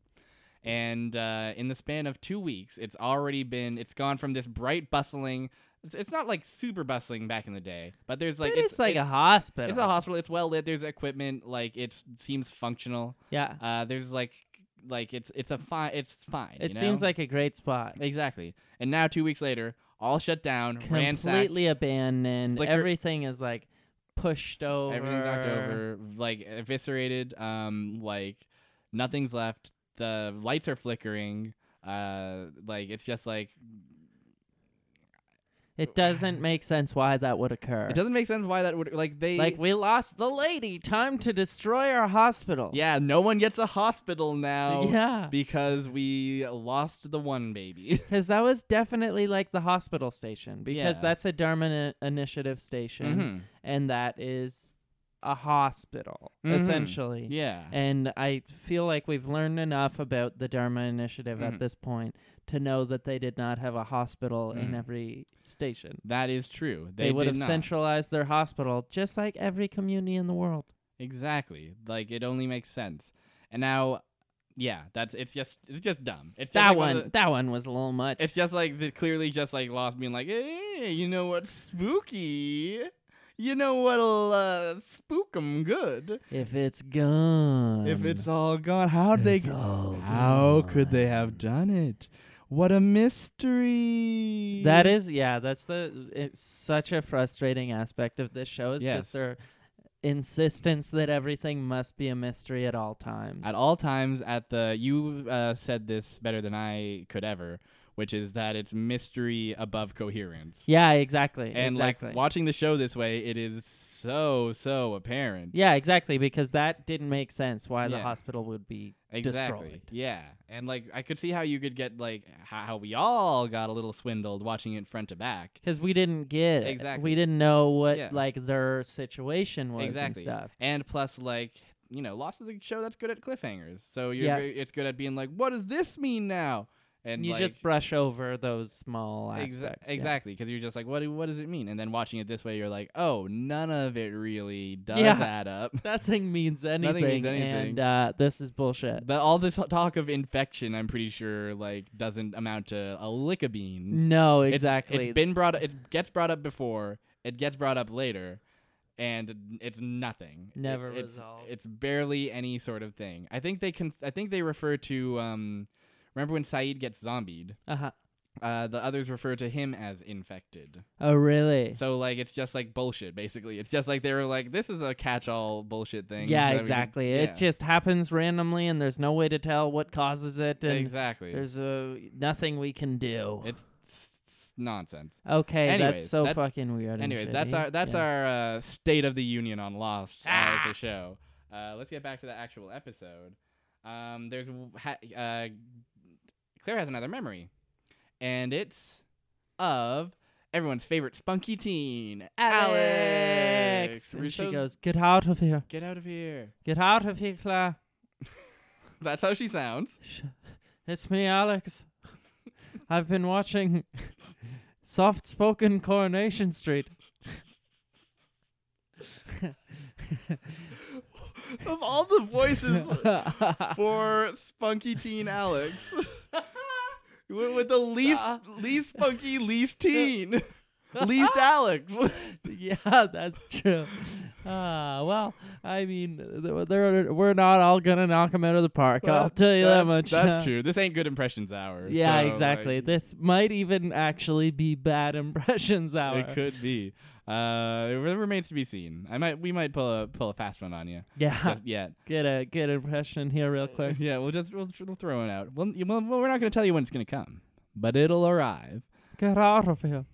Speaker 1: And uh, in the span of two weeks, it's already been it's gone from this bright bustling. It's, it's not like super bustling back in the day, but there's like
Speaker 2: But it's, like
Speaker 1: it-
Speaker 2: a hospital.
Speaker 1: it's a hospital. It's well lit. There's equipment. Like it seems functional.
Speaker 2: yeah.
Speaker 1: Uh, there's like like it's it's a fine. It's fine.
Speaker 2: It
Speaker 1: you
Speaker 2: seems
Speaker 1: know?
Speaker 2: like a great spot.
Speaker 1: Exactly. And now two weeks later, all shut down,
Speaker 2: Completely
Speaker 1: ransacked,
Speaker 2: abandoned.
Speaker 1: Flicker-
Speaker 2: Everything is like pushed over.
Speaker 1: everything knocked over, like eviscerated. Um, like nothing's left. The lights are flickering. Uh, like it's just like
Speaker 2: It doesn't make sense why that would occur.
Speaker 1: it doesn't make sense why that would like they
Speaker 2: like we lost the lady. Time to destroy our hospital.
Speaker 1: yeah no one gets a hospital now
Speaker 2: Yeah.
Speaker 1: because we lost the one baby.
Speaker 2: Because that was definitely like the hospital station. Because
Speaker 1: Yeah.
Speaker 2: that's a Dharma Ni- initiative station,
Speaker 1: Mhm.
Speaker 2: and that is a hospital
Speaker 1: Mhm.
Speaker 2: essentially.
Speaker 1: Yeah.
Speaker 2: And I feel like we've learned enough about the Dharma Initiative
Speaker 1: Mhm.
Speaker 2: at this point to know that they did not have a hospital in
Speaker 1: Mhm.
Speaker 2: every station.
Speaker 1: That is true. They,
Speaker 2: They, would
Speaker 1: did
Speaker 2: have
Speaker 1: not.
Speaker 2: centralized their hospital just like every community in the world.
Speaker 1: Exactly. Like it only makes sense. And now, yeah, that's it's just it's just dumb. It's just
Speaker 2: That
Speaker 1: like
Speaker 2: one,
Speaker 1: of the-
Speaker 2: that one was a little much.
Speaker 1: it's just like the clearly just like Lost being like, eh, you know what's spooky? You know what'll uh, spook 'em good
Speaker 2: if it's gone,
Speaker 1: if it's all gone. How'd they?
Speaker 2: Um, it's
Speaker 1: g-
Speaker 2: all
Speaker 1: How could they have
Speaker 2: gone.
Speaker 1: done it? What a mystery!
Speaker 2: that is yeah, that's the it's such a frustrating aspect of this show. It's
Speaker 1: Yes.
Speaker 2: just their insistence that everything must be a mystery at all times.
Speaker 1: at all times at the you uh, said this better than I could ever, which is that it's mystery above coherence.
Speaker 2: Yeah, exactly.
Speaker 1: And
Speaker 2: exactly.
Speaker 1: like watching the show this way, it is so so apparent.
Speaker 2: Yeah, exactly. Because that didn't make sense. Why the
Speaker 1: Yeah.
Speaker 2: hospital would be
Speaker 1: Exactly.
Speaker 2: Destroyed.
Speaker 1: Yeah. And like I could see how you could get like how how we all got a little swindled watching it front to back.
Speaker 2: because we didn't get it.
Speaker 1: Exactly.
Speaker 2: We didn't know what
Speaker 1: Yeah.
Speaker 2: like their situation was
Speaker 1: Exactly.
Speaker 2: and stuff.
Speaker 1: And plus like you know, Lost is a show that's good at cliffhangers. So you're
Speaker 2: Yeah.
Speaker 1: ve- it's good at being like, what does this mean now? And
Speaker 2: you
Speaker 1: like,
Speaker 2: just brush over those small
Speaker 1: exa-
Speaker 2: aspects. yeah.
Speaker 1: exactly because you're just like, what do, what does it mean? And then watching it this way, you're like, oh, none of it really does
Speaker 2: Yeah.
Speaker 1: add up.
Speaker 2: Nothing means anything,
Speaker 1: means anything.
Speaker 2: and uh, this is bullshit.
Speaker 1: The, all this talk of infection, I'm pretty sure, like, doesn't amount to a lick of beans.
Speaker 2: No,
Speaker 1: It's-
Speaker 2: exactly.
Speaker 1: It's been brought up. It gets brought up before. It gets brought up later, and it's nothing. It-
Speaker 2: Never
Speaker 1: it's,
Speaker 2: resolved.
Speaker 1: It's barely any sort of thing. I think they can. I think they refer to. Um, remember when Saeed gets zombied?
Speaker 2: uh-huh.
Speaker 1: Uh, the others refer to him as infected.
Speaker 2: Oh, really?
Speaker 1: So like, it's just like bullshit. Basically, it's just like they were like, this is a catch-all bullshit thing.
Speaker 2: Yeah,
Speaker 1: that we could-
Speaker 2: exactly.
Speaker 1: yeah,
Speaker 2: It just happens randomly, and there's no way to tell what causes it, and
Speaker 1: exactly.
Speaker 2: there's uh, nothing we can do.
Speaker 1: it's, it's nonsense.
Speaker 2: okay,
Speaker 1: Anyways,
Speaker 2: that's so
Speaker 1: that-
Speaker 2: fucking weird. and
Speaker 1: Anyways, that's
Speaker 2: shitty.
Speaker 1: our that's
Speaker 2: eh? Yeah.
Speaker 1: our uh, state of the union on Lost uh, as
Speaker 2: Ah.
Speaker 1: a show. Uh, let's get back to the actual episode. Um, there's w- ha- uh, Claire has another memory, and it's of everyone's favorite spunky teen, Alex.
Speaker 2: And she
Speaker 1: Russo's-
Speaker 2: goes, "Get out of here!
Speaker 1: "Get out of here."
Speaker 2: Get out of here, Claire!
Speaker 1: That's how she sounds.
Speaker 2: Sh- It's me, Alex. I've been watching Soft Spoken Coronation Street.
Speaker 1: of all the voices for spunky teen Alex, you went with the least
Speaker 2: Stop.
Speaker 1: least spunky, least teen. least Alex.
Speaker 2: yeah, that's true. Ah, well, I mean, th- there- we're not all gonna knock him out of the park. I'll tell you that
Speaker 1: That's-
Speaker 2: much.
Speaker 1: That's true. This ain't good impressions hour.
Speaker 2: Yeah,
Speaker 1: so,
Speaker 2: exactly.
Speaker 1: like,
Speaker 2: this might even actually be bad impressions hour.
Speaker 1: it could be. Uh, it re- remains to be seen. I might we might pull a pull a fast one on you.
Speaker 2: Yeah,
Speaker 1: Just yet.
Speaker 2: get a good impression here real quick.
Speaker 1: Yeah, we'll just we'll, we'll throw it out. Well, you- well, we're not going to tell you when it's going to come, but it'll arrive.
Speaker 2: Get out of here.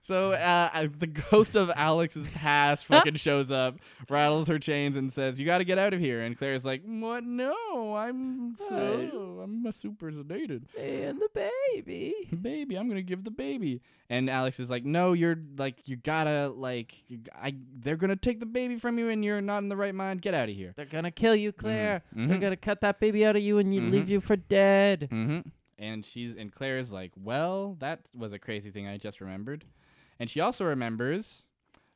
Speaker 1: So uh, uh, the ghost of Alex's past fucking shows up, rattles her chains, and says, "You got to get out of here." And Claire's like, "What? No, I'm so I'm super sedated."
Speaker 2: and the baby.
Speaker 1: baby i'm gonna give the baby and alex is like no you're like you gotta like you, g- i they're gonna take the baby from you and you're not in the right mind get out of here
Speaker 2: They're gonna kill you, Claire. They're
Speaker 1: Mhm.
Speaker 2: gonna cut that baby out of you and you
Speaker 1: Mhm.
Speaker 2: leave you for dead.
Speaker 1: mm-hmm. and she's and claire's like well that was a crazy thing i just remembered and she also remembers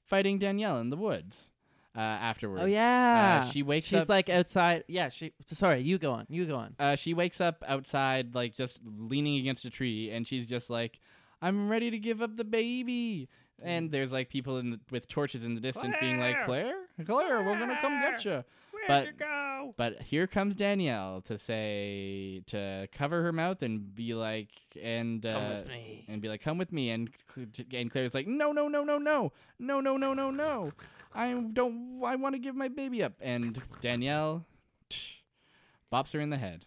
Speaker 1: fighting danielle in the woods uh, afterwards
Speaker 2: Oh
Speaker 1: Uh,
Speaker 2: yeah.
Speaker 1: she wakes
Speaker 2: She's
Speaker 1: up
Speaker 2: like outside. Yeah, she. Sorry, you go on. You go on.
Speaker 1: uh, she wakes up outside, like just leaning against a tree, and she's just like, "I'm ready to give up the baby."
Speaker 2: Mm.
Speaker 1: And there's like people in the, with torches in the distance being like, "Claire, Claire, we're gonna come get you."
Speaker 2: Where'd
Speaker 1: but- you
Speaker 2: go?
Speaker 1: But here comes Danielle to say to cover her mouth and be like, and uh,
Speaker 2: Come with me.
Speaker 1: and be like, "Come with me." And Cl- and Claire's like, "No, no, no, no, no, no, no, no, no, no. I don't. I want to give my baby up." And Danielle bops her in the head.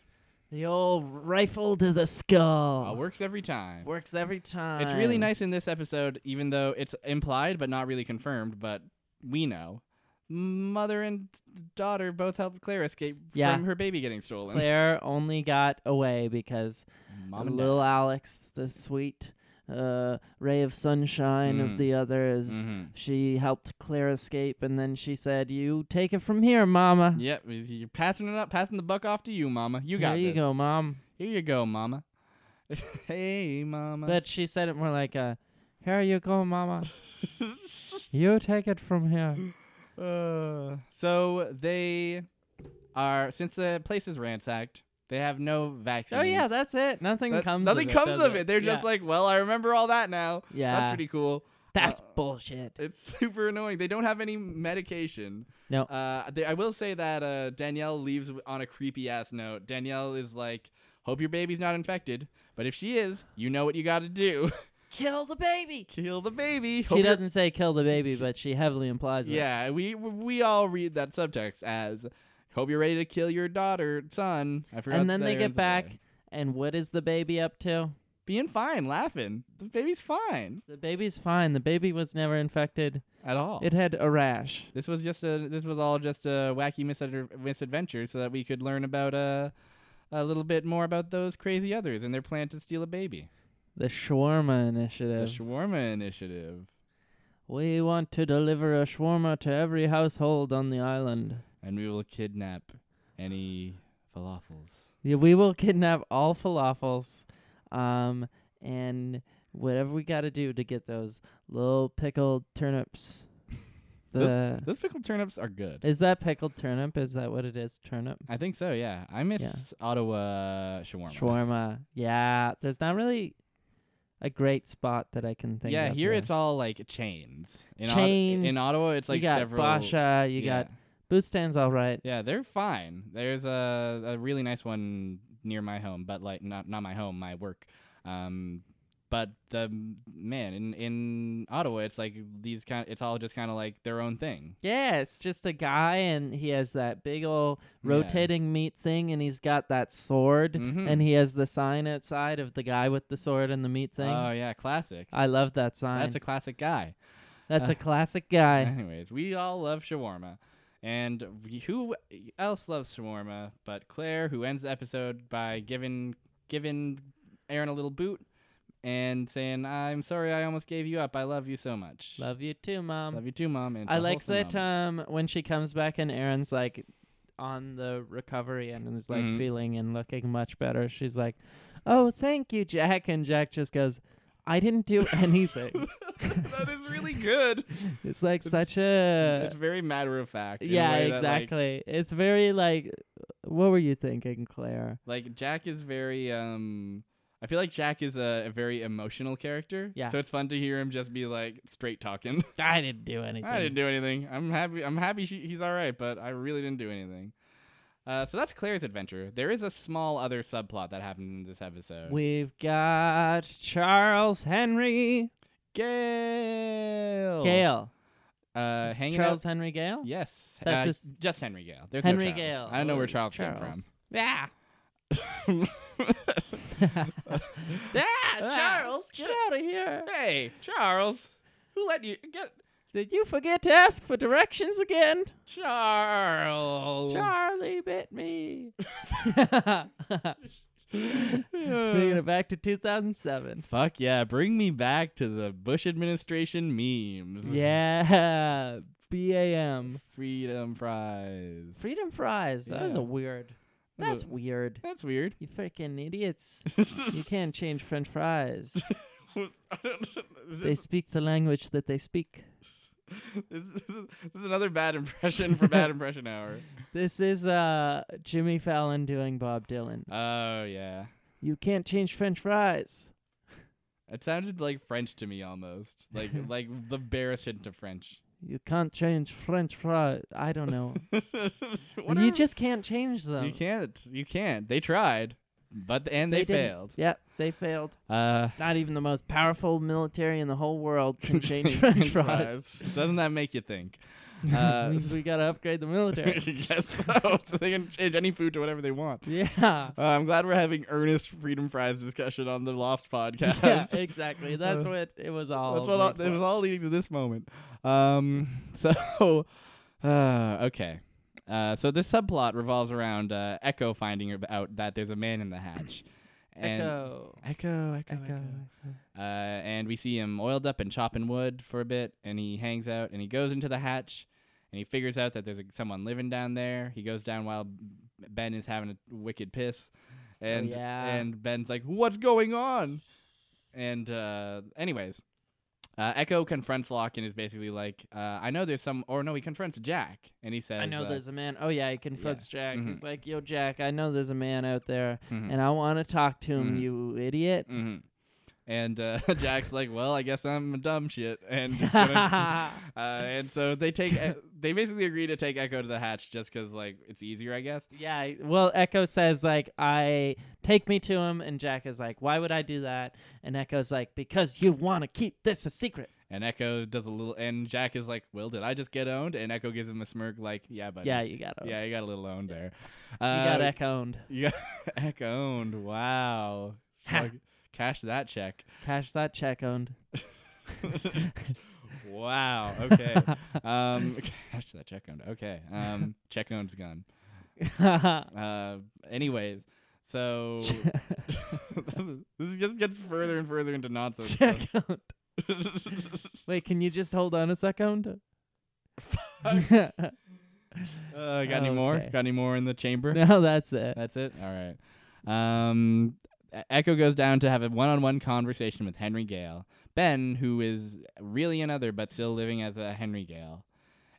Speaker 2: The old rifle to the skull.
Speaker 1: Uh, works every time.
Speaker 2: Works every time.
Speaker 1: It's really nice in this episode, even though it's implied but not really confirmed, but we know. Mother and daughter both helped Claire escape
Speaker 2: Yeah.
Speaker 1: from her baby getting stolen.
Speaker 2: Claire only got away because
Speaker 1: Mom and
Speaker 2: little Alex, the sweet uh, ray of sunshine
Speaker 1: Mm.
Speaker 2: of the others,
Speaker 1: dad. Mhm.
Speaker 2: she helped Claire escape, and then she said, "You take it from here, Mama."
Speaker 1: Yep, you're passing it up, passing the buck off to you, Mama. You got
Speaker 2: There you
Speaker 1: this.
Speaker 2: go, Mom.
Speaker 1: Here you go, Mama. hey, Mama.
Speaker 2: But she said it more like, uh, "Here you go, Mama. You take it from here."
Speaker 1: Uh, so they are since the place is ransacked, they have no vaccines.
Speaker 2: Oh yeah, that's it. Nothing
Speaker 1: That-
Speaker 2: comes.
Speaker 1: nothing
Speaker 2: of it,
Speaker 1: comes
Speaker 2: does
Speaker 1: of it. They're just
Speaker 2: Yeah.
Speaker 1: like, well, I remember all that now.
Speaker 2: yeah,
Speaker 1: That's pretty cool.
Speaker 2: that's
Speaker 1: uh,
Speaker 2: bullshit.
Speaker 1: It's super annoying. They don't have any medication.
Speaker 2: No.
Speaker 1: Uh, they, I will say that uh, Danielle leaves w- on a creepy ass note. Danielle is like, hope your baby's not infected, but if she is, you know what you got to do:
Speaker 2: Kill the baby.
Speaker 1: kill the baby. Hope
Speaker 2: She
Speaker 1: your-
Speaker 2: doesn't say kill the baby,
Speaker 1: She-
Speaker 2: but she heavily implies it.
Speaker 1: Yeah, we we all read that subtext as, hope you're ready to kill your daughter, son. I forgot.
Speaker 2: And then they
Speaker 1: there is
Speaker 2: get
Speaker 1: a
Speaker 2: back,
Speaker 1: boy.
Speaker 2: and what is the baby up to?
Speaker 1: being fine, laughing. The baby's fine
Speaker 2: The baby's fine. The baby was never infected.
Speaker 1: at all.
Speaker 2: It had a rash.
Speaker 1: This was just a this was all just a wacky misadver- misadventure so that we could learn about uh, a little bit more about those crazy others and their plan to steal a baby.
Speaker 2: The shawarma
Speaker 1: The
Speaker 2: initiative.
Speaker 1: Shawarma Initiative.
Speaker 2: we want to deliver a shawarma to every household on the island.
Speaker 1: and we will kidnap any falafels.
Speaker 2: Yeah, we will kidnap all falafels, um, and whatever we got to do to get those little pickled turnips. The
Speaker 1: Those pickled turnips are good.
Speaker 2: is that pickled turnip? Is that what it is? Turnip
Speaker 1: I think so. Yeah, I miss Ottawa shawarma.
Speaker 2: shawarma. Yeah, there's not really a great spot that I can think.
Speaker 1: yeah,
Speaker 2: of
Speaker 1: here it's all like chains. In Ot-
Speaker 2: Chains.
Speaker 1: in Ottawa, it's like
Speaker 2: you got
Speaker 1: several.
Speaker 2: Basha, you
Speaker 1: yeah.
Speaker 2: got Boustan's all right.
Speaker 1: Yeah, they're fine. There's a, a really nice one near my home, but like not not my home, my work. Um, but the man in in Ottawa, it's like these kind. It's all just kind of like their own thing.
Speaker 2: Yeah, it's just a guy, and he has that big old
Speaker 1: Yeah.
Speaker 2: rotating meat thing, and he's got that sword,
Speaker 1: Mhm.
Speaker 2: and he has the sign outside of the guy with the sword and the meat thing.
Speaker 1: Oh yeah, classic.
Speaker 2: I love that sign.
Speaker 1: That's a classic guy. uh,
Speaker 2: classic guy.
Speaker 1: Anyways, we all love shawarma. And we- who else loves shawarma but Claire, who ends the episode by giving giving Aaron a little boot and saying, "I'm sorry, I almost gave you up. I love you so much.
Speaker 2: Love you too, mom.
Speaker 1: Love you too, mom." And it's
Speaker 2: Um, I
Speaker 1: a
Speaker 2: like
Speaker 1: wholesome
Speaker 2: that
Speaker 1: moment.
Speaker 2: um when she comes back and Aaron's like on the recovery and is like
Speaker 1: Mhm.
Speaker 2: feeling and looking much better. She's like, "Oh, thank you, Jack," and Jack just goes, "I didn't do anything."
Speaker 1: that is really good.
Speaker 2: it's like such a
Speaker 1: it's very matter of fact. in a
Speaker 2: Uh, yeah,
Speaker 1: way that, like-
Speaker 2: exactly. it's very like, what were you thinking, Claire?
Speaker 1: Like, Jack is very um. I feel like Jack is a, a very emotional character.
Speaker 2: Yeah.
Speaker 1: So it's fun to hear him just be like straight talking.
Speaker 2: I didn't do anything.
Speaker 1: I didn't do anything. I'm happy. I'm happy she, he's all right, but I really didn't do anything. Uh, so that's Claire's adventure. There is a small other subplot that happened in this episode.
Speaker 2: We've got Charles Henry
Speaker 1: Gale.
Speaker 2: Gale.
Speaker 1: Uh, Oh, hanging
Speaker 2: Charles
Speaker 1: out.
Speaker 2: Henry Gale.
Speaker 1: Yes.
Speaker 2: That's
Speaker 1: uh,
Speaker 2: just-
Speaker 1: just Henry Gale. There's no
Speaker 2: Henry
Speaker 1: Charles.
Speaker 2: Gale.
Speaker 1: I don't know where
Speaker 2: Oh,
Speaker 1: Charles,
Speaker 2: Charles. Yeah.
Speaker 1: came from.
Speaker 2: Yeah,
Speaker 1: Ah,
Speaker 2: Charles, get
Speaker 1: Ch-
Speaker 2: out of here.
Speaker 1: hey, Charles. Who let you get
Speaker 2: Did you forget to ask for directions again?
Speaker 1: Charles?
Speaker 2: Charlie bit me. Bringing
Speaker 1: Yeah.
Speaker 2: it back to 2007.
Speaker 1: Fuck yeah! Bring me back to the Bush administration memes.
Speaker 2: Yeah. BAM.
Speaker 1: Freedom fries.
Speaker 2: Freedom Fries. That was
Speaker 1: Yeah.
Speaker 2: a weird.
Speaker 1: That's
Speaker 2: That's
Speaker 1: a-
Speaker 2: weird.
Speaker 1: That's weird.
Speaker 2: You freaking idiots. You
Speaker 1: you
Speaker 2: can't change French fries. They
Speaker 1: this,
Speaker 2: speak the language that they speak.
Speaker 1: this, is- this is another bad impression for bad impression hour.
Speaker 2: This is uh Jimmy Fallon doing Bob Dylan.
Speaker 1: Oh yeah,
Speaker 2: You can't change French fries.
Speaker 1: it sounded like French to me almost, like like the barest hint of French.
Speaker 2: You can't change French fries. I don't know.
Speaker 1: What
Speaker 2: you
Speaker 1: are-
Speaker 2: just um, can't change them.
Speaker 1: you can't you can't. They tried, but th- and they,
Speaker 2: didn't.
Speaker 1: failed.
Speaker 2: Yep, they failed.
Speaker 1: Uh,
Speaker 2: Not even the most powerful military in the whole world can change French fries.
Speaker 1: Doesn't that make you think?
Speaker 2: That
Speaker 1: Uh,
Speaker 2: means we gotta upgrade the military.
Speaker 1: yes, so. so they can change any food to whatever they want.
Speaker 2: yeah.
Speaker 1: Uh, I'm glad we're having earnest freedom fries discussion on the Lost podcast.
Speaker 2: yeah, exactly. That's
Speaker 1: Uh,
Speaker 2: what it was all.
Speaker 1: That's what all,
Speaker 2: made
Speaker 1: it
Speaker 2: for.
Speaker 1: was all leading to this moment. Um, so uh, okay, uh, so this subplot revolves around uh, Echo finding ab- out that there's a man in the hatch, and
Speaker 2: Echo.
Speaker 1: Echo, Echo,
Speaker 2: Echo.
Speaker 1: Echo, Uh, and we see him oiled up and chopping wood for a bit, and he hangs out and he goes into the hatch, and he figures out that there's like, someone living down there. He goes down while Ben is having a wicked piss, and
Speaker 2: Oh, yeah.
Speaker 1: and Ben's like, "What's going on?" And uh, anyways, uh, Echo confronts Locke and is basically like, uh, "I know there's some," or no, he confronts Jack, and he says,
Speaker 2: I know
Speaker 1: uh,
Speaker 2: there's a man. Oh yeah, he confronts Jack.
Speaker 1: Mhm.
Speaker 2: He's like, "Yo, Jack, I know there's a man out there,
Speaker 1: mhm,
Speaker 2: and I want to talk to him.
Speaker 1: Mhm.
Speaker 2: You idiot."
Speaker 1: mhm." And uh, Jack's like, "Well, I guess I'm dumb shit," and gonna- Uh, and so they take e- they basically agree to take Echo to the hatch just because like it's easier, I guess.
Speaker 2: Yeah, I- well, Echo says like, "I take me to him," and Jack is like, "Why would I do that?" And Echo's like, "Because you want to keep this a secret."
Speaker 1: And Echo does a little, and Jack is like, "Well, did I just get owned?" And Echo gives him a smirk, like, "Yeah, buddy,
Speaker 2: Yeah, you got it.
Speaker 1: yeah, you got a little owned there."
Speaker 2: you got
Speaker 1: Uh,
Speaker 2: Echoed.
Speaker 1: you got Echo owned. Wow,
Speaker 2: Ha.
Speaker 1: Fuck. cash that check.
Speaker 2: Cash that check owned.
Speaker 1: wow. Okay. Um, cash that check owned. Okay. Um, check owned's gone. Uh, anyways, so this just gets further and further into nonsense.
Speaker 2: check owned. Wait, can you just hold on a second?
Speaker 1: Uh, got any more?
Speaker 2: Okay.
Speaker 1: Got any more in the chamber?
Speaker 2: no, that's it.
Speaker 1: That's it. All right. Um, E- Echo goes down to have a one-on-one conversation with Henry Gale, Ben, who is really another but still living as a Henry Gale,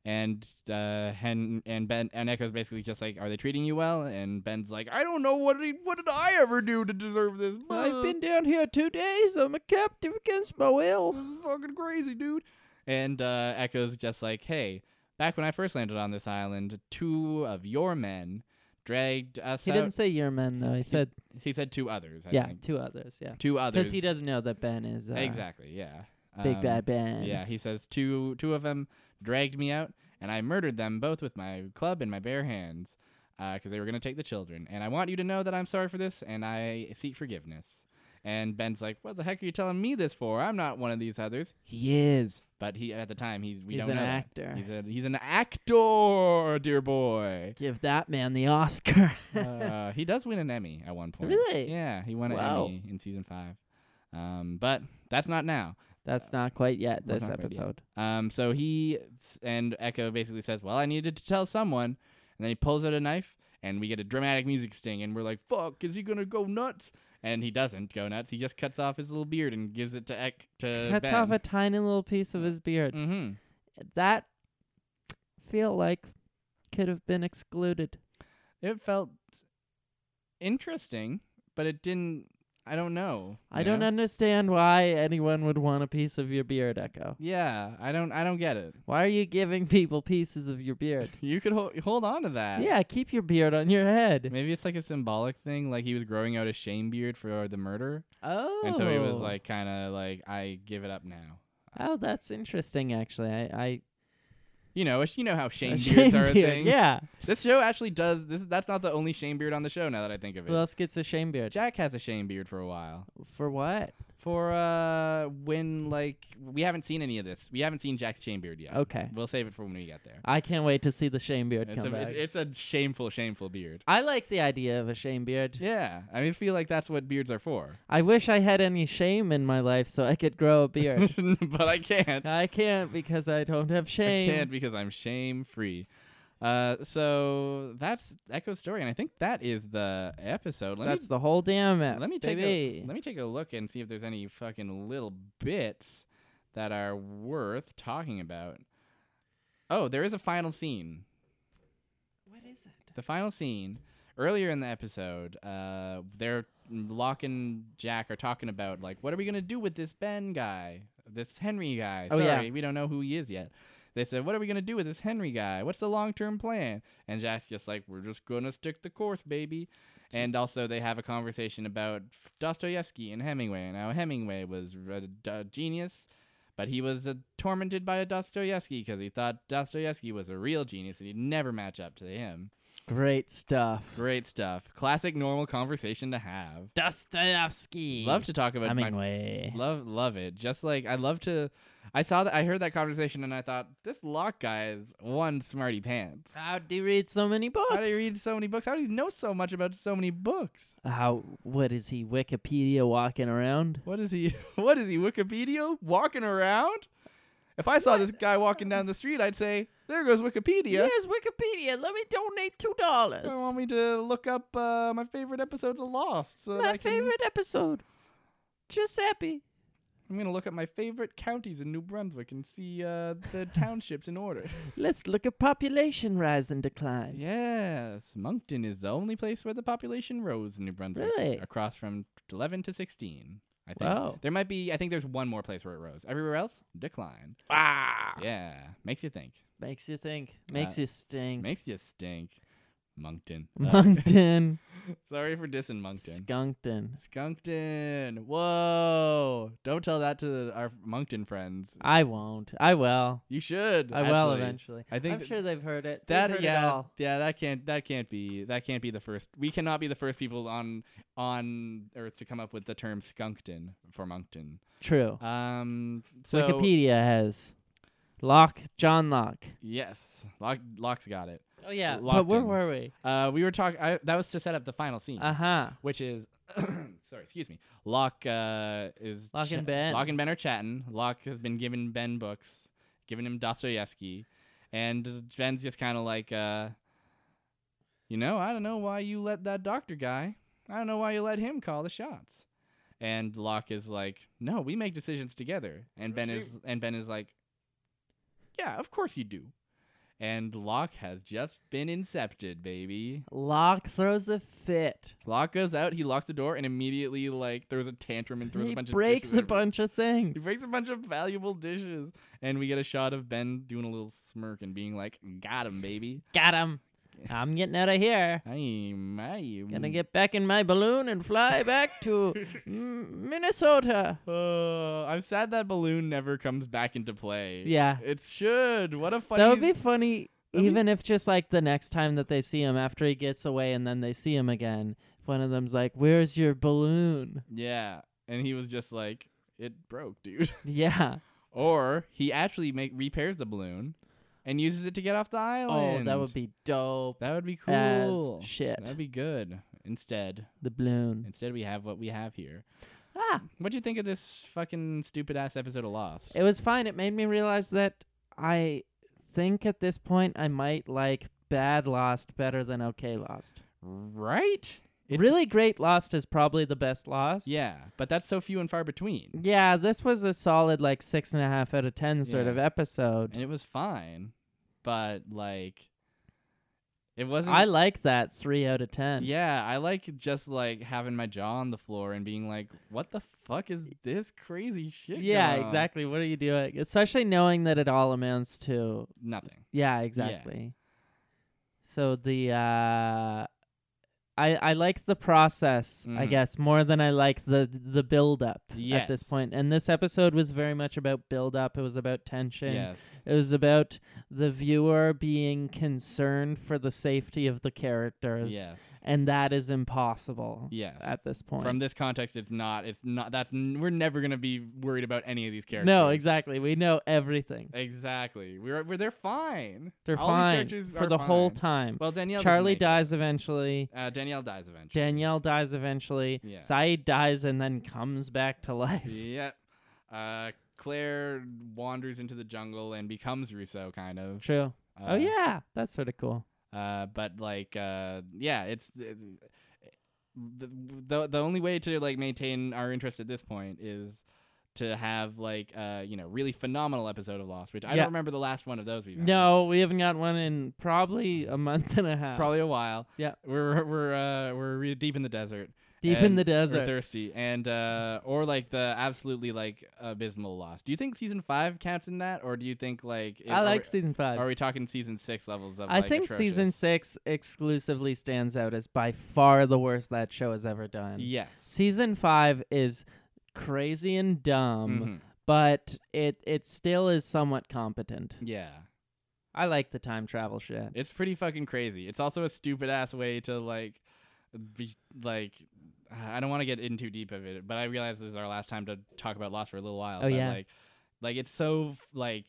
Speaker 1: and uh, Hen and Ben and Echo's basically just like, "Are they treating you well?" And Ben's like, "I don't know what he, what did I ever do to deserve this."
Speaker 2: I've
Speaker 1: Uh,
Speaker 2: been down here two days. I'm a captive against my will.
Speaker 1: this is fucking crazy, dude. And uh, Echo's just like, hey, back when I first landed on this island, two of your men dragged us
Speaker 2: He
Speaker 1: out.
Speaker 2: didn't say your men though. He said
Speaker 1: He said two others. I
Speaker 2: yeah,
Speaker 1: think.
Speaker 2: two others. Yeah,
Speaker 1: two others.
Speaker 2: because he doesn't know that Ben is uh,
Speaker 1: exactly. Yeah.
Speaker 2: big
Speaker 1: Um,
Speaker 2: bad Ben.
Speaker 1: Yeah, he says two two of them dragged me out, and I murdered them both with my club and my bare hands, because they were gonna take the children. And I want you to know that I'm sorry for this, and I seek forgiveness. And Ben's like, "What the heck are you telling me this for? I'm not one of these others." He is, but he at the time he's we
Speaker 2: he's
Speaker 1: don't
Speaker 2: an
Speaker 1: know. that.
Speaker 2: actor.
Speaker 1: He's a he's an actor, dear boy.
Speaker 2: Give that man the Oscar.
Speaker 1: uh, he does win an Emmy at one point.
Speaker 2: Really?
Speaker 1: Yeah, he won an
Speaker 2: Wow.
Speaker 1: Emmy in season five. Um, but that's not now.
Speaker 2: That's not quite yet
Speaker 1: We're
Speaker 2: this
Speaker 1: not quite yet.
Speaker 2: episode.
Speaker 1: Um, so he and Echo basically says, "Well, I needed to tell someone," and then he pulls out a knife, and we get a dramatic music sting, and we're like, "Fuck, is he gonna go nuts?" And he doesn't go nuts. He just cuts off his little beard and gives it to Ek to
Speaker 2: Cuts
Speaker 1: Uh, ben.
Speaker 2: off a tiny little piece of his beard.
Speaker 1: hmm
Speaker 2: That feel like could have been excluded.
Speaker 1: It felt interesting, but it didn't. I don't know.
Speaker 2: I
Speaker 1: you
Speaker 2: don't
Speaker 1: know.
Speaker 2: understand why anyone would want a piece of your beard, Echo.
Speaker 1: Yeah, I don't. I don't get it.
Speaker 2: Why are you giving people pieces of your beard?
Speaker 1: You could hold, hold on to that.
Speaker 2: yeah, keep your beard on your head.
Speaker 1: Maybe it's like a symbolic thing, like he was growing out a shame beard for the murder,
Speaker 2: Oh.
Speaker 1: and so he was like, kind of like, I give it up now.
Speaker 2: Oh, that's interesting actually. I I
Speaker 1: You know, it's- you know how shame
Speaker 2: a
Speaker 1: beards
Speaker 2: shame
Speaker 1: are a
Speaker 2: beard.
Speaker 1: thing.
Speaker 2: Yeah.
Speaker 1: This show actually does. This that's not the only shame beard on the show. Now that I think of it,
Speaker 2: Who else gets a shame beard?
Speaker 1: Jack has a shame beard for a while.
Speaker 2: For what?
Speaker 1: For uh, when like we haven't seen any of this, we haven't seen Jack's shame beard yet.
Speaker 2: Okay.
Speaker 1: we'll save it for when we get there.
Speaker 2: I can't wait to see the shame beard
Speaker 1: It's
Speaker 2: come
Speaker 1: a,
Speaker 2: back.
Speaker 1: it's, it's a shameful, shameful beard.
Speaker 2: I like the idea of a shame beard.
Speaker 1: Yeah, I mean, I feel like that's what beards are for,
Speaker 2: I wish I had any shame in my life so I could grow a beard.
Speaker 1: but I can't.
Speaker 2: I can't because I don't have shame.
Speaker 1: I can't because I'm shame free. Uh, so that's Echo's story, and I think that is the episode. Let
Speaker 2: That's
Speaker 1: me
Speaker 2: the whole damn it.
Speaker 1: let me take
Speaker 2: baby.
Speaker 1: a let me take a look and see if there's any fucking little bits that are worth talking about. Oh, there is a final scene.
Speaker 2: What is it?
Speaker 1: The final scene earlier in the episode, uh, they're Locke and Jack are talking about like, what are we gonna do with this Ben guy, this Henry guy?
Speaker 2: Oh, yeah.
Speaker 1: Sorry, we don't know who he is yet. They said, what are we gonna do with this Henry guy? What's the long term plan? And Jack's just like, we're just gonna stick the course, baby. And also, they have a conversation about F- Dostoevsky and Hemingway and how Hemingway was a d- genius, but he was uh, tormented by a Dostoevsky because he thought Dostoevsky was a real genius and he'd never match up to him.
Speaker 2: Great stuff.
Speaker 1: Great stuff. Classic normal conversation to have.
Speaker 2: Dostoevsky.
Speaker 1: Love to talk about my
Speaker 2: Hemingway.
Speaker 1: love love it. Just like I love to I saw that I heard that conversation and I thought this lock guy is one smarty pants.
Speaker 2: How do you read so many books?
Speaker 1: How do you read so many books? How do you know so much about so many books?
Speaker 2: How? What is he? Wikipedia walking around?
Speaker 1: What is he what is he Wikipedia walking around? If I saw this guy walking down the street, I'd say, "There goes Wikipedia."
Speaker 2: Here's Wikipedia. Let me donate two
Speaker 1: I
Speaker 2: dollars.
Speaker 1: want me to look up uh, my favorite episodes of Lost. So that I
Speaker 2: My
Speaker 1: can-
Speaker 2: favorite episode. Giuseppe.
Speaker 1: I'm gonna look at my favorite counties in New Brunswick and see uh, the townships in order.
Speaker 2: Let's look at population rise and decline.
Speaker 1: Yes, Moncton is the only place where the population rose in New Brunswick,
Speaker 2: Really?
Speaker 1: across from 11 to 16. I think
Speaker 2: Wow.
Speaker 1: there might be. I think there's one more place where it rose. Everywhere else, decline.
Speaker 2: Ah.
Speaker 1: Yeah, makes you think.
Speaker 2: Makes you think.
Speaker 1: Uh,
Speaker 2: Makes you stink.
Speaker 1: Makes you stink. Moncton. Uh,
Speaker 2: Mm. Moncton.
Speaker 1: sorry for dissing Moncton.
Speaker 2: Skunkton.
Speaker 1: Skunkton. Whoa! Don't tell that to the, our Moncton friends.
Speaker 2: I won't. I will.
Speaker 1: You should.
Speaker 2: Ah. I will
Speaker 1: actually.
Speaker 2: eventually.
Speaker 1: I think
Speaker 2: I'm
Speaker 1: that-
Speaker 2: sure they've heard it. They've
Speaker 1: That
Speaker 2: heard it
Speaker 1: yeah
Speaker 2: all.
Speaker 1: yeah that can't that can't be that can't be the first we cannot be the first people on on Earth to come up with the term skunkton for Moncton.
Speaker 2: True.
Speaker 1: Um, so
Speaker 2: Wikipedia has Locke, John Locke.
Speaker 1: yes, Lock, Locke's got it.
Speaker 2: Oh yeah, but where
Speaker 1: Lockton.
Speaker 2: were we?
Speaker 1: Uh, we were talking that was to set up the final scene,
Speaker 2: Uh huh.
Speaker 1: which is sorry excuse me Locke uh, is
Speaker 2: Locke and Ben.
Speaker 1: Locke and Ben are chatting. Locke has been giving Ben books, giving him Dostoevsky. And Jen's just kind of like, uh, you know, I don't know why you let that doctor guy. I don't know why you let him call the shots. And Locke is like, no, we make decisions together. And Ben is and Ben is like, yeah, of course you do. And Locke has just been incepted, baby.
Speaker 2: Locke throws a fit.
Speaker 1: Locke goes out, he locks the door, and immediately like throws a tantrum and throws
Speaker 2: he
Speaker 1: a bunch
Speaker 2: breaks
Speaker 1: of dishes
Speaker 2: a
Speaker 1: everywhere.
Speaker 2: bunch of things.
Speaker 1: He breaks a bunch of valuable dishes, and we get a shot of Ben doing a little smirk and being like, "Got him, baby!
Speaker 2: Got him. I'm getting out of here.
Speaker 1: I'm, I'm
Speaker 2: Gonna get back in my balloon and fly back to M- Minnesota.
Speaker 1: Uh, I'm sad that balloon never comes back into play.
Speaker 2: Yeah.
Speaker 1: it should. What a funny.
Speaker 2: That would be funny,
Speaker 1: That'd be-
Speaker 2: even if just like the next time that they see him after he gets away and then they see him again. If one of them's like, Where's your balloon?
Speaker 1: yeah, and he was just like, "It broke, dude."
Speaker 2: Yeah.
Speaker 1: or he actually make repairs the balloon, and uses it to get off the
Speaker 2: Oh,
Speaker 1: island.
Speaker 2: that would be dope
Speaker 1: That would be cool.
Speaker 2: as shit.
Speaker 1: That'd be good. Instead,
Speaker 2: the balloon.
Speaker 1: instead we have what we have here.
Speaker 2: Ah.
Speaker 1: What'd you think of this fucking stupid ass episode of Lost?
Speaker 2: It was fine. It made me realize that I think at this point I might like bad Lost better than okay Lost.
Speaker 1: right? It's-
Speaker 2: really great Lost is probably the best Lost.
Speaker 1: Yeah, but that's so few and far between.
Speaker 2: Yeah, this was a solid like six and a half out of ten sort
Speaker 1: Yeah.
Speaker 2: of episode.
Speaker 1: And it was fine, but like, it wasn't.
Speaker 2: I like that three out of ten.
Speaker 1: yeah, I like just like having my jaw on the floor and being like, "What the fuck is this crazy shit?"
Speaker 2: Yeah,
Speaker 1: going on?"
Speaker 2: exactly. What are you doing? Especially knowing that it all amounts to
Speaker 1: Nothing.
Speaker 2: Yeah, exactly. So the uh I I like the process, I
Speaker 1: Mhm.
Speaker 2: guess, more than I like the the build up at
Speaker 1: Yes.
Speaker 2: this point. And this episode was very much about build up. It was about tension.
Speaker 1: Yes.
Speaker 2: It was about the viewer being concerned for the safety of the characters.
Speaker 1: Yes.
Speaker 2: And that is impossible
Speaker 1: Yes.
Speaker 2: at this point.
Speaker 1: From this context, it's not. It's not. That's. n- We're never gonna be worried about any of these characters.
Speaker 2: no, exactly. We know everything.
Speaker 1: Exactly. We're. We're. They're fine.
Speaker 2: They're
Speaker 1: All these
Speaker 2: fine
Speaker 1: characters
Speaker 2: for
Speaker 1: are
Speaker 2: the whole
Speaker 1: fine.
Speaker 2: time.
Speaker 1: Well, Danielle. doesn't
Speaker 2: Charlie
Speaker 1: make it.
Speaker 2: dies eventually.
Speaker 1: Uh, Danielle dies eventually.
Speaker 2: Danielle dies eventually.
Speaker 1: Yeah.
Speaker 2: Saeed dies and then comes back to life.
Speaker 1: Yep. Uh, Claire wanders into the jungle and becomes Rousseau, kind of.
Speaker 2: True.
Speaker 1: Uh,
Speaker 2: oh yeah, that's sort of cool.
Speaker 1: Uh, but like, uh, yeah, it's. it's the, the the only way to like maintain our interest at this point is to have like uh you know really phenomenal episode of Lost, which I
Speaker 2: Yeah.
Speaker 1: don't remember the last one of those we've had.
Speaker 2: No, we haven't got one in probably a month and a half.
Speaker 1: probably a while.
Speaker 2: Yeah.
Speaker 1: we're we're uh, we're re- deep in the desert.
Speaker 2: deep in
Speaker 1: and
Speaker 2: the
Speaker 1: We're
Speaker 2: desert.
Speaker 1: thirsty, and uh, or like the absolutely like abysmal loss. Do you think season five counts in that, or do you think like it-
Speaker 2: I
Speaker 1: are
Speaker 2: like
Speaker 1: we-
Speaker 2: season five.
Speaker 1: Are we talking season six levels of?
Speaker 2: I
Speaker 1: like,
Speaker 2: think season
Speaker 1: atrocious?
Speaker 2: six exclusively stands out as by far the worst that show has ever done.
Speaker 1: Yes.
Speaker 2: Season five is crazy and dumb,
Speaker 1: Mhm.
Speaker 2: but it it still is somewhat competent.
Speaker 1: Yeah,
Speaker 2: I like the time travel shit.
Speaker 1: it's pretty fucking crazy. It's also a stupid ass way to like, be like. I don't want to get in too deep of it, but I realize this is our last time to talk about Lost for a little while.
Speaker 2: Oh,
Speaker 1: but,
Speaker 2: yeah.
Speaker 1: Like, like it's so like.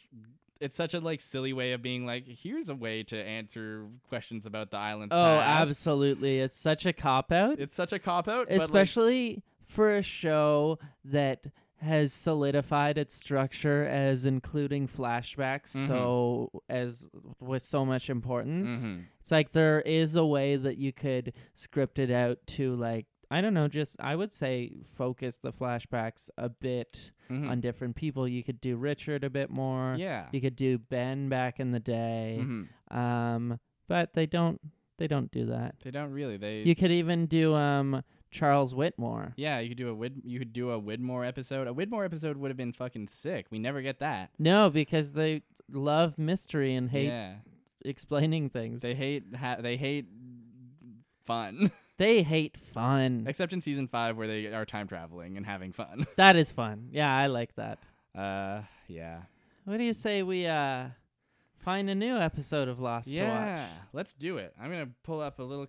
Speaker 1: It's such a like silly way of being like, here's a way to answer questions about the island's
Speaker 2: Oh,
Speaker 1: past.
Speaker 2: absolutely. It's such a cop out.
Speaker 1: It's such a cop out,
Speaker 2: especially for a show that has solidified its structure as including flashbacks
Speaker 1: Mhm.
Speaker 2: so as with so much
Speaker 1: But
Speaker 2: importance
Speaker 1: like,
Speaker 2: it's like there is a way that you could script it out to like i don't know just i would say focus the flashbacks a bit
Speaker 1: Mhm.
Speaker 2: on different people you could do richard a bit more
Speaker 1: yeah,
Speaker 2: you could do ben back in the day
Speaker 1: Mhm.
Speaker 2: um but they don't they don't do that
Speaker 1: they don't really. They
Speaker 2: you could even do um Charles Whitmore.
Speaker 1: yeah, you could do a Wid, you could do a Widmore episode. A Widmore episode would have been fucking sick. We never get that.
Speaker 2: No, because they love mystery and hate
Speaker 1: yeah,
Speaker 2: explaining things.
Speaker 1: they
Speaker 2: They,
Speaker 1: hate ha- they hate fun,
Speaker 2: hate fun.
Speaker 1: except in season five where they are time traveling and having fun.
Speaker 2: that is fun. Yeah, I like that.
Speaker 1: Uh, yeah,
Speaker 2: What do you say we uh find a new episode of Lost
Speaker 1: yeah.
Speaker 2: to watch?
Speaker 1: Let's do it. I'm gonna pull up a little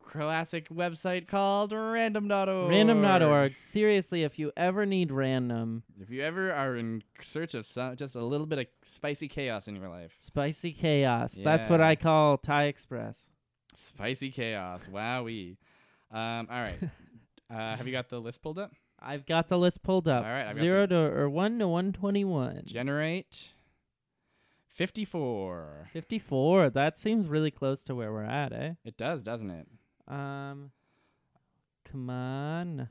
Speaker 1: classic website called random.org.
Speaker 2: Random.org. Seriously, if you ever need random,
Speaker 1: If you ever are in search of some, just a little bit of spicy chaos in your life,
Speaker 2: spicy chaos. That's what
Speaker 1: Yeah.
Speaker 2: I call Thai Express.
Speaker 1: Spicy chaos. Wowee. Um, all right. uh, have you got the list pulled up?
Speaker 2: I've got the list pulled up.
Speaker 1: All right, I've got
Speaker 2: Zero to or one to one twenty one.
Speaker 1: Generate. 54.
Speaker 2: 54. That seems really close to where we're at, eh?
Speaker 1: It does, doesn't it?
Speaker 2: Um, come on.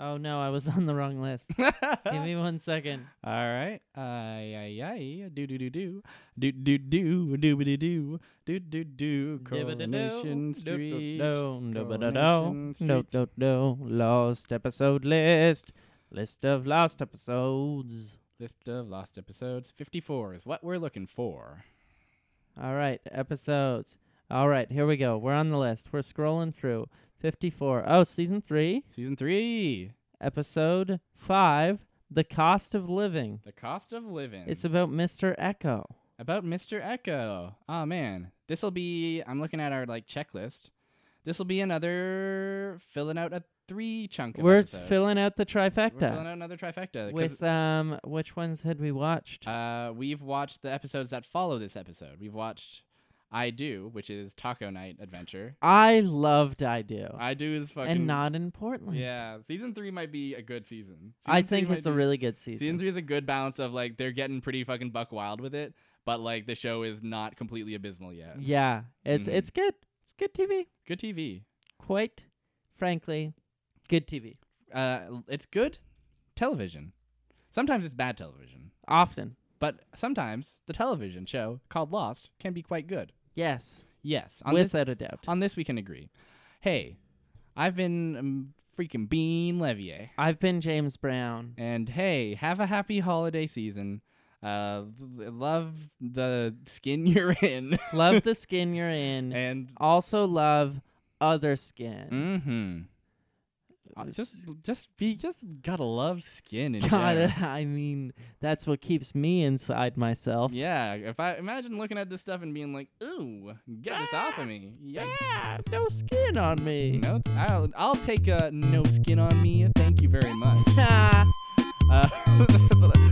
Speaker 2: Oh no, I was on the wrong list. Give me one second.
Speaker 1: All right. Ay, ay, ay. Do, do, do, do. Do, do, do. Do, do, do. Do, do, do. Coronation Street. Coronation
Speaker 2: No,
Speaker 1: Street.
Speaker 2: no, no. Lost episode list. List of lost episodes.
Speaker 1: List of lost episodes. 54 is what we're looking for.
Speaker 2: All right, episodes. All right, here we go. We're on the list. We're scrolling through. 54. Oh, season 3,
Speaker 1: Season 3
Speaker 2: episode 5, The Cost of Living.
Speaker 1: The Cost of Living.
Speaker 2: It's about Mr. Echo.
Speaker 1: About Mr. Echo. Oh man, this will be. I'm looking at our like checklist. This will be another filling out a three chunk. Of
Speaker 2: We're
Speaker 1: episodes.
Speaker 2: filling out the
Speaker 1: We're filling
Speaker 2: trifecta.
Speaker 1: out another trifecta. 'cause,
Speaker 2: With um which ones had we watched?
Speaker 1: uh, we've watched the episodes that follow this episode. We've watched I Do, which is Taco Night Adventure.
Speaker 2: I loved I Do.
Speaker 1: I Do is fucking.
Speaker 2: and not in Portland.
Speaker 1: Yeah, season three might be a good season.
Speaker 2: I
Speaker 1: Season three
Speaker 2: think
Speaker 1: might
Speaker 2: it's a
Speaker 1: be-
Speaker 2: really good
Speaker 1: Season
Speaker 2: season.
Speaker 1: three is a good balance of like they're getting pretty fucking buck wild with it, but like the show is not completely abysmal yet.
Speaker 2: Yeah. It's
Speaker 1: Mhm.
Speaker 2: it's good. It's good TV.
Speaker 1: Good TV.
Speaker 2: Quite frankly, good TV.
Speaker 1: uh, l- it's good television. Sometimes it's bad television,
Speaker 2: Often.
Speaker 1: but sometimes the television show called Lost can be quite good.
Speaker 2: Yes.
Speaker 1: Yes, on this,
Speaker 2: without a doubt.
Speaker 1: on this we can agree. Hey, I've been um, freaking Bean Levier,
Speaker 2: I've been James Brown.
Speaker 1: and hey, have a happy holiday season. Uh, l- love the skin you're in,
Speaker 2: Love the skin you're in.
Speaker 1: and
Speaker 2: Also love other skin.
Speaker 1: mm-hmm. Uh, Just, just be, just gotta love skin. In general.
Speaker 2: God, I mean, that's what keeps me inside myself.
Speaker 1: Yeah, if I imagine looking at this stuff and being like, "Ooh, get this off of me!" Yikes.
Speaker 2: Yeah, Ah, no skin on me.
Speaker 1: No, I'll, I'll take a no skin on me. Thank you very much.
Speaker 2: Ah.
Speaker 1: Uh,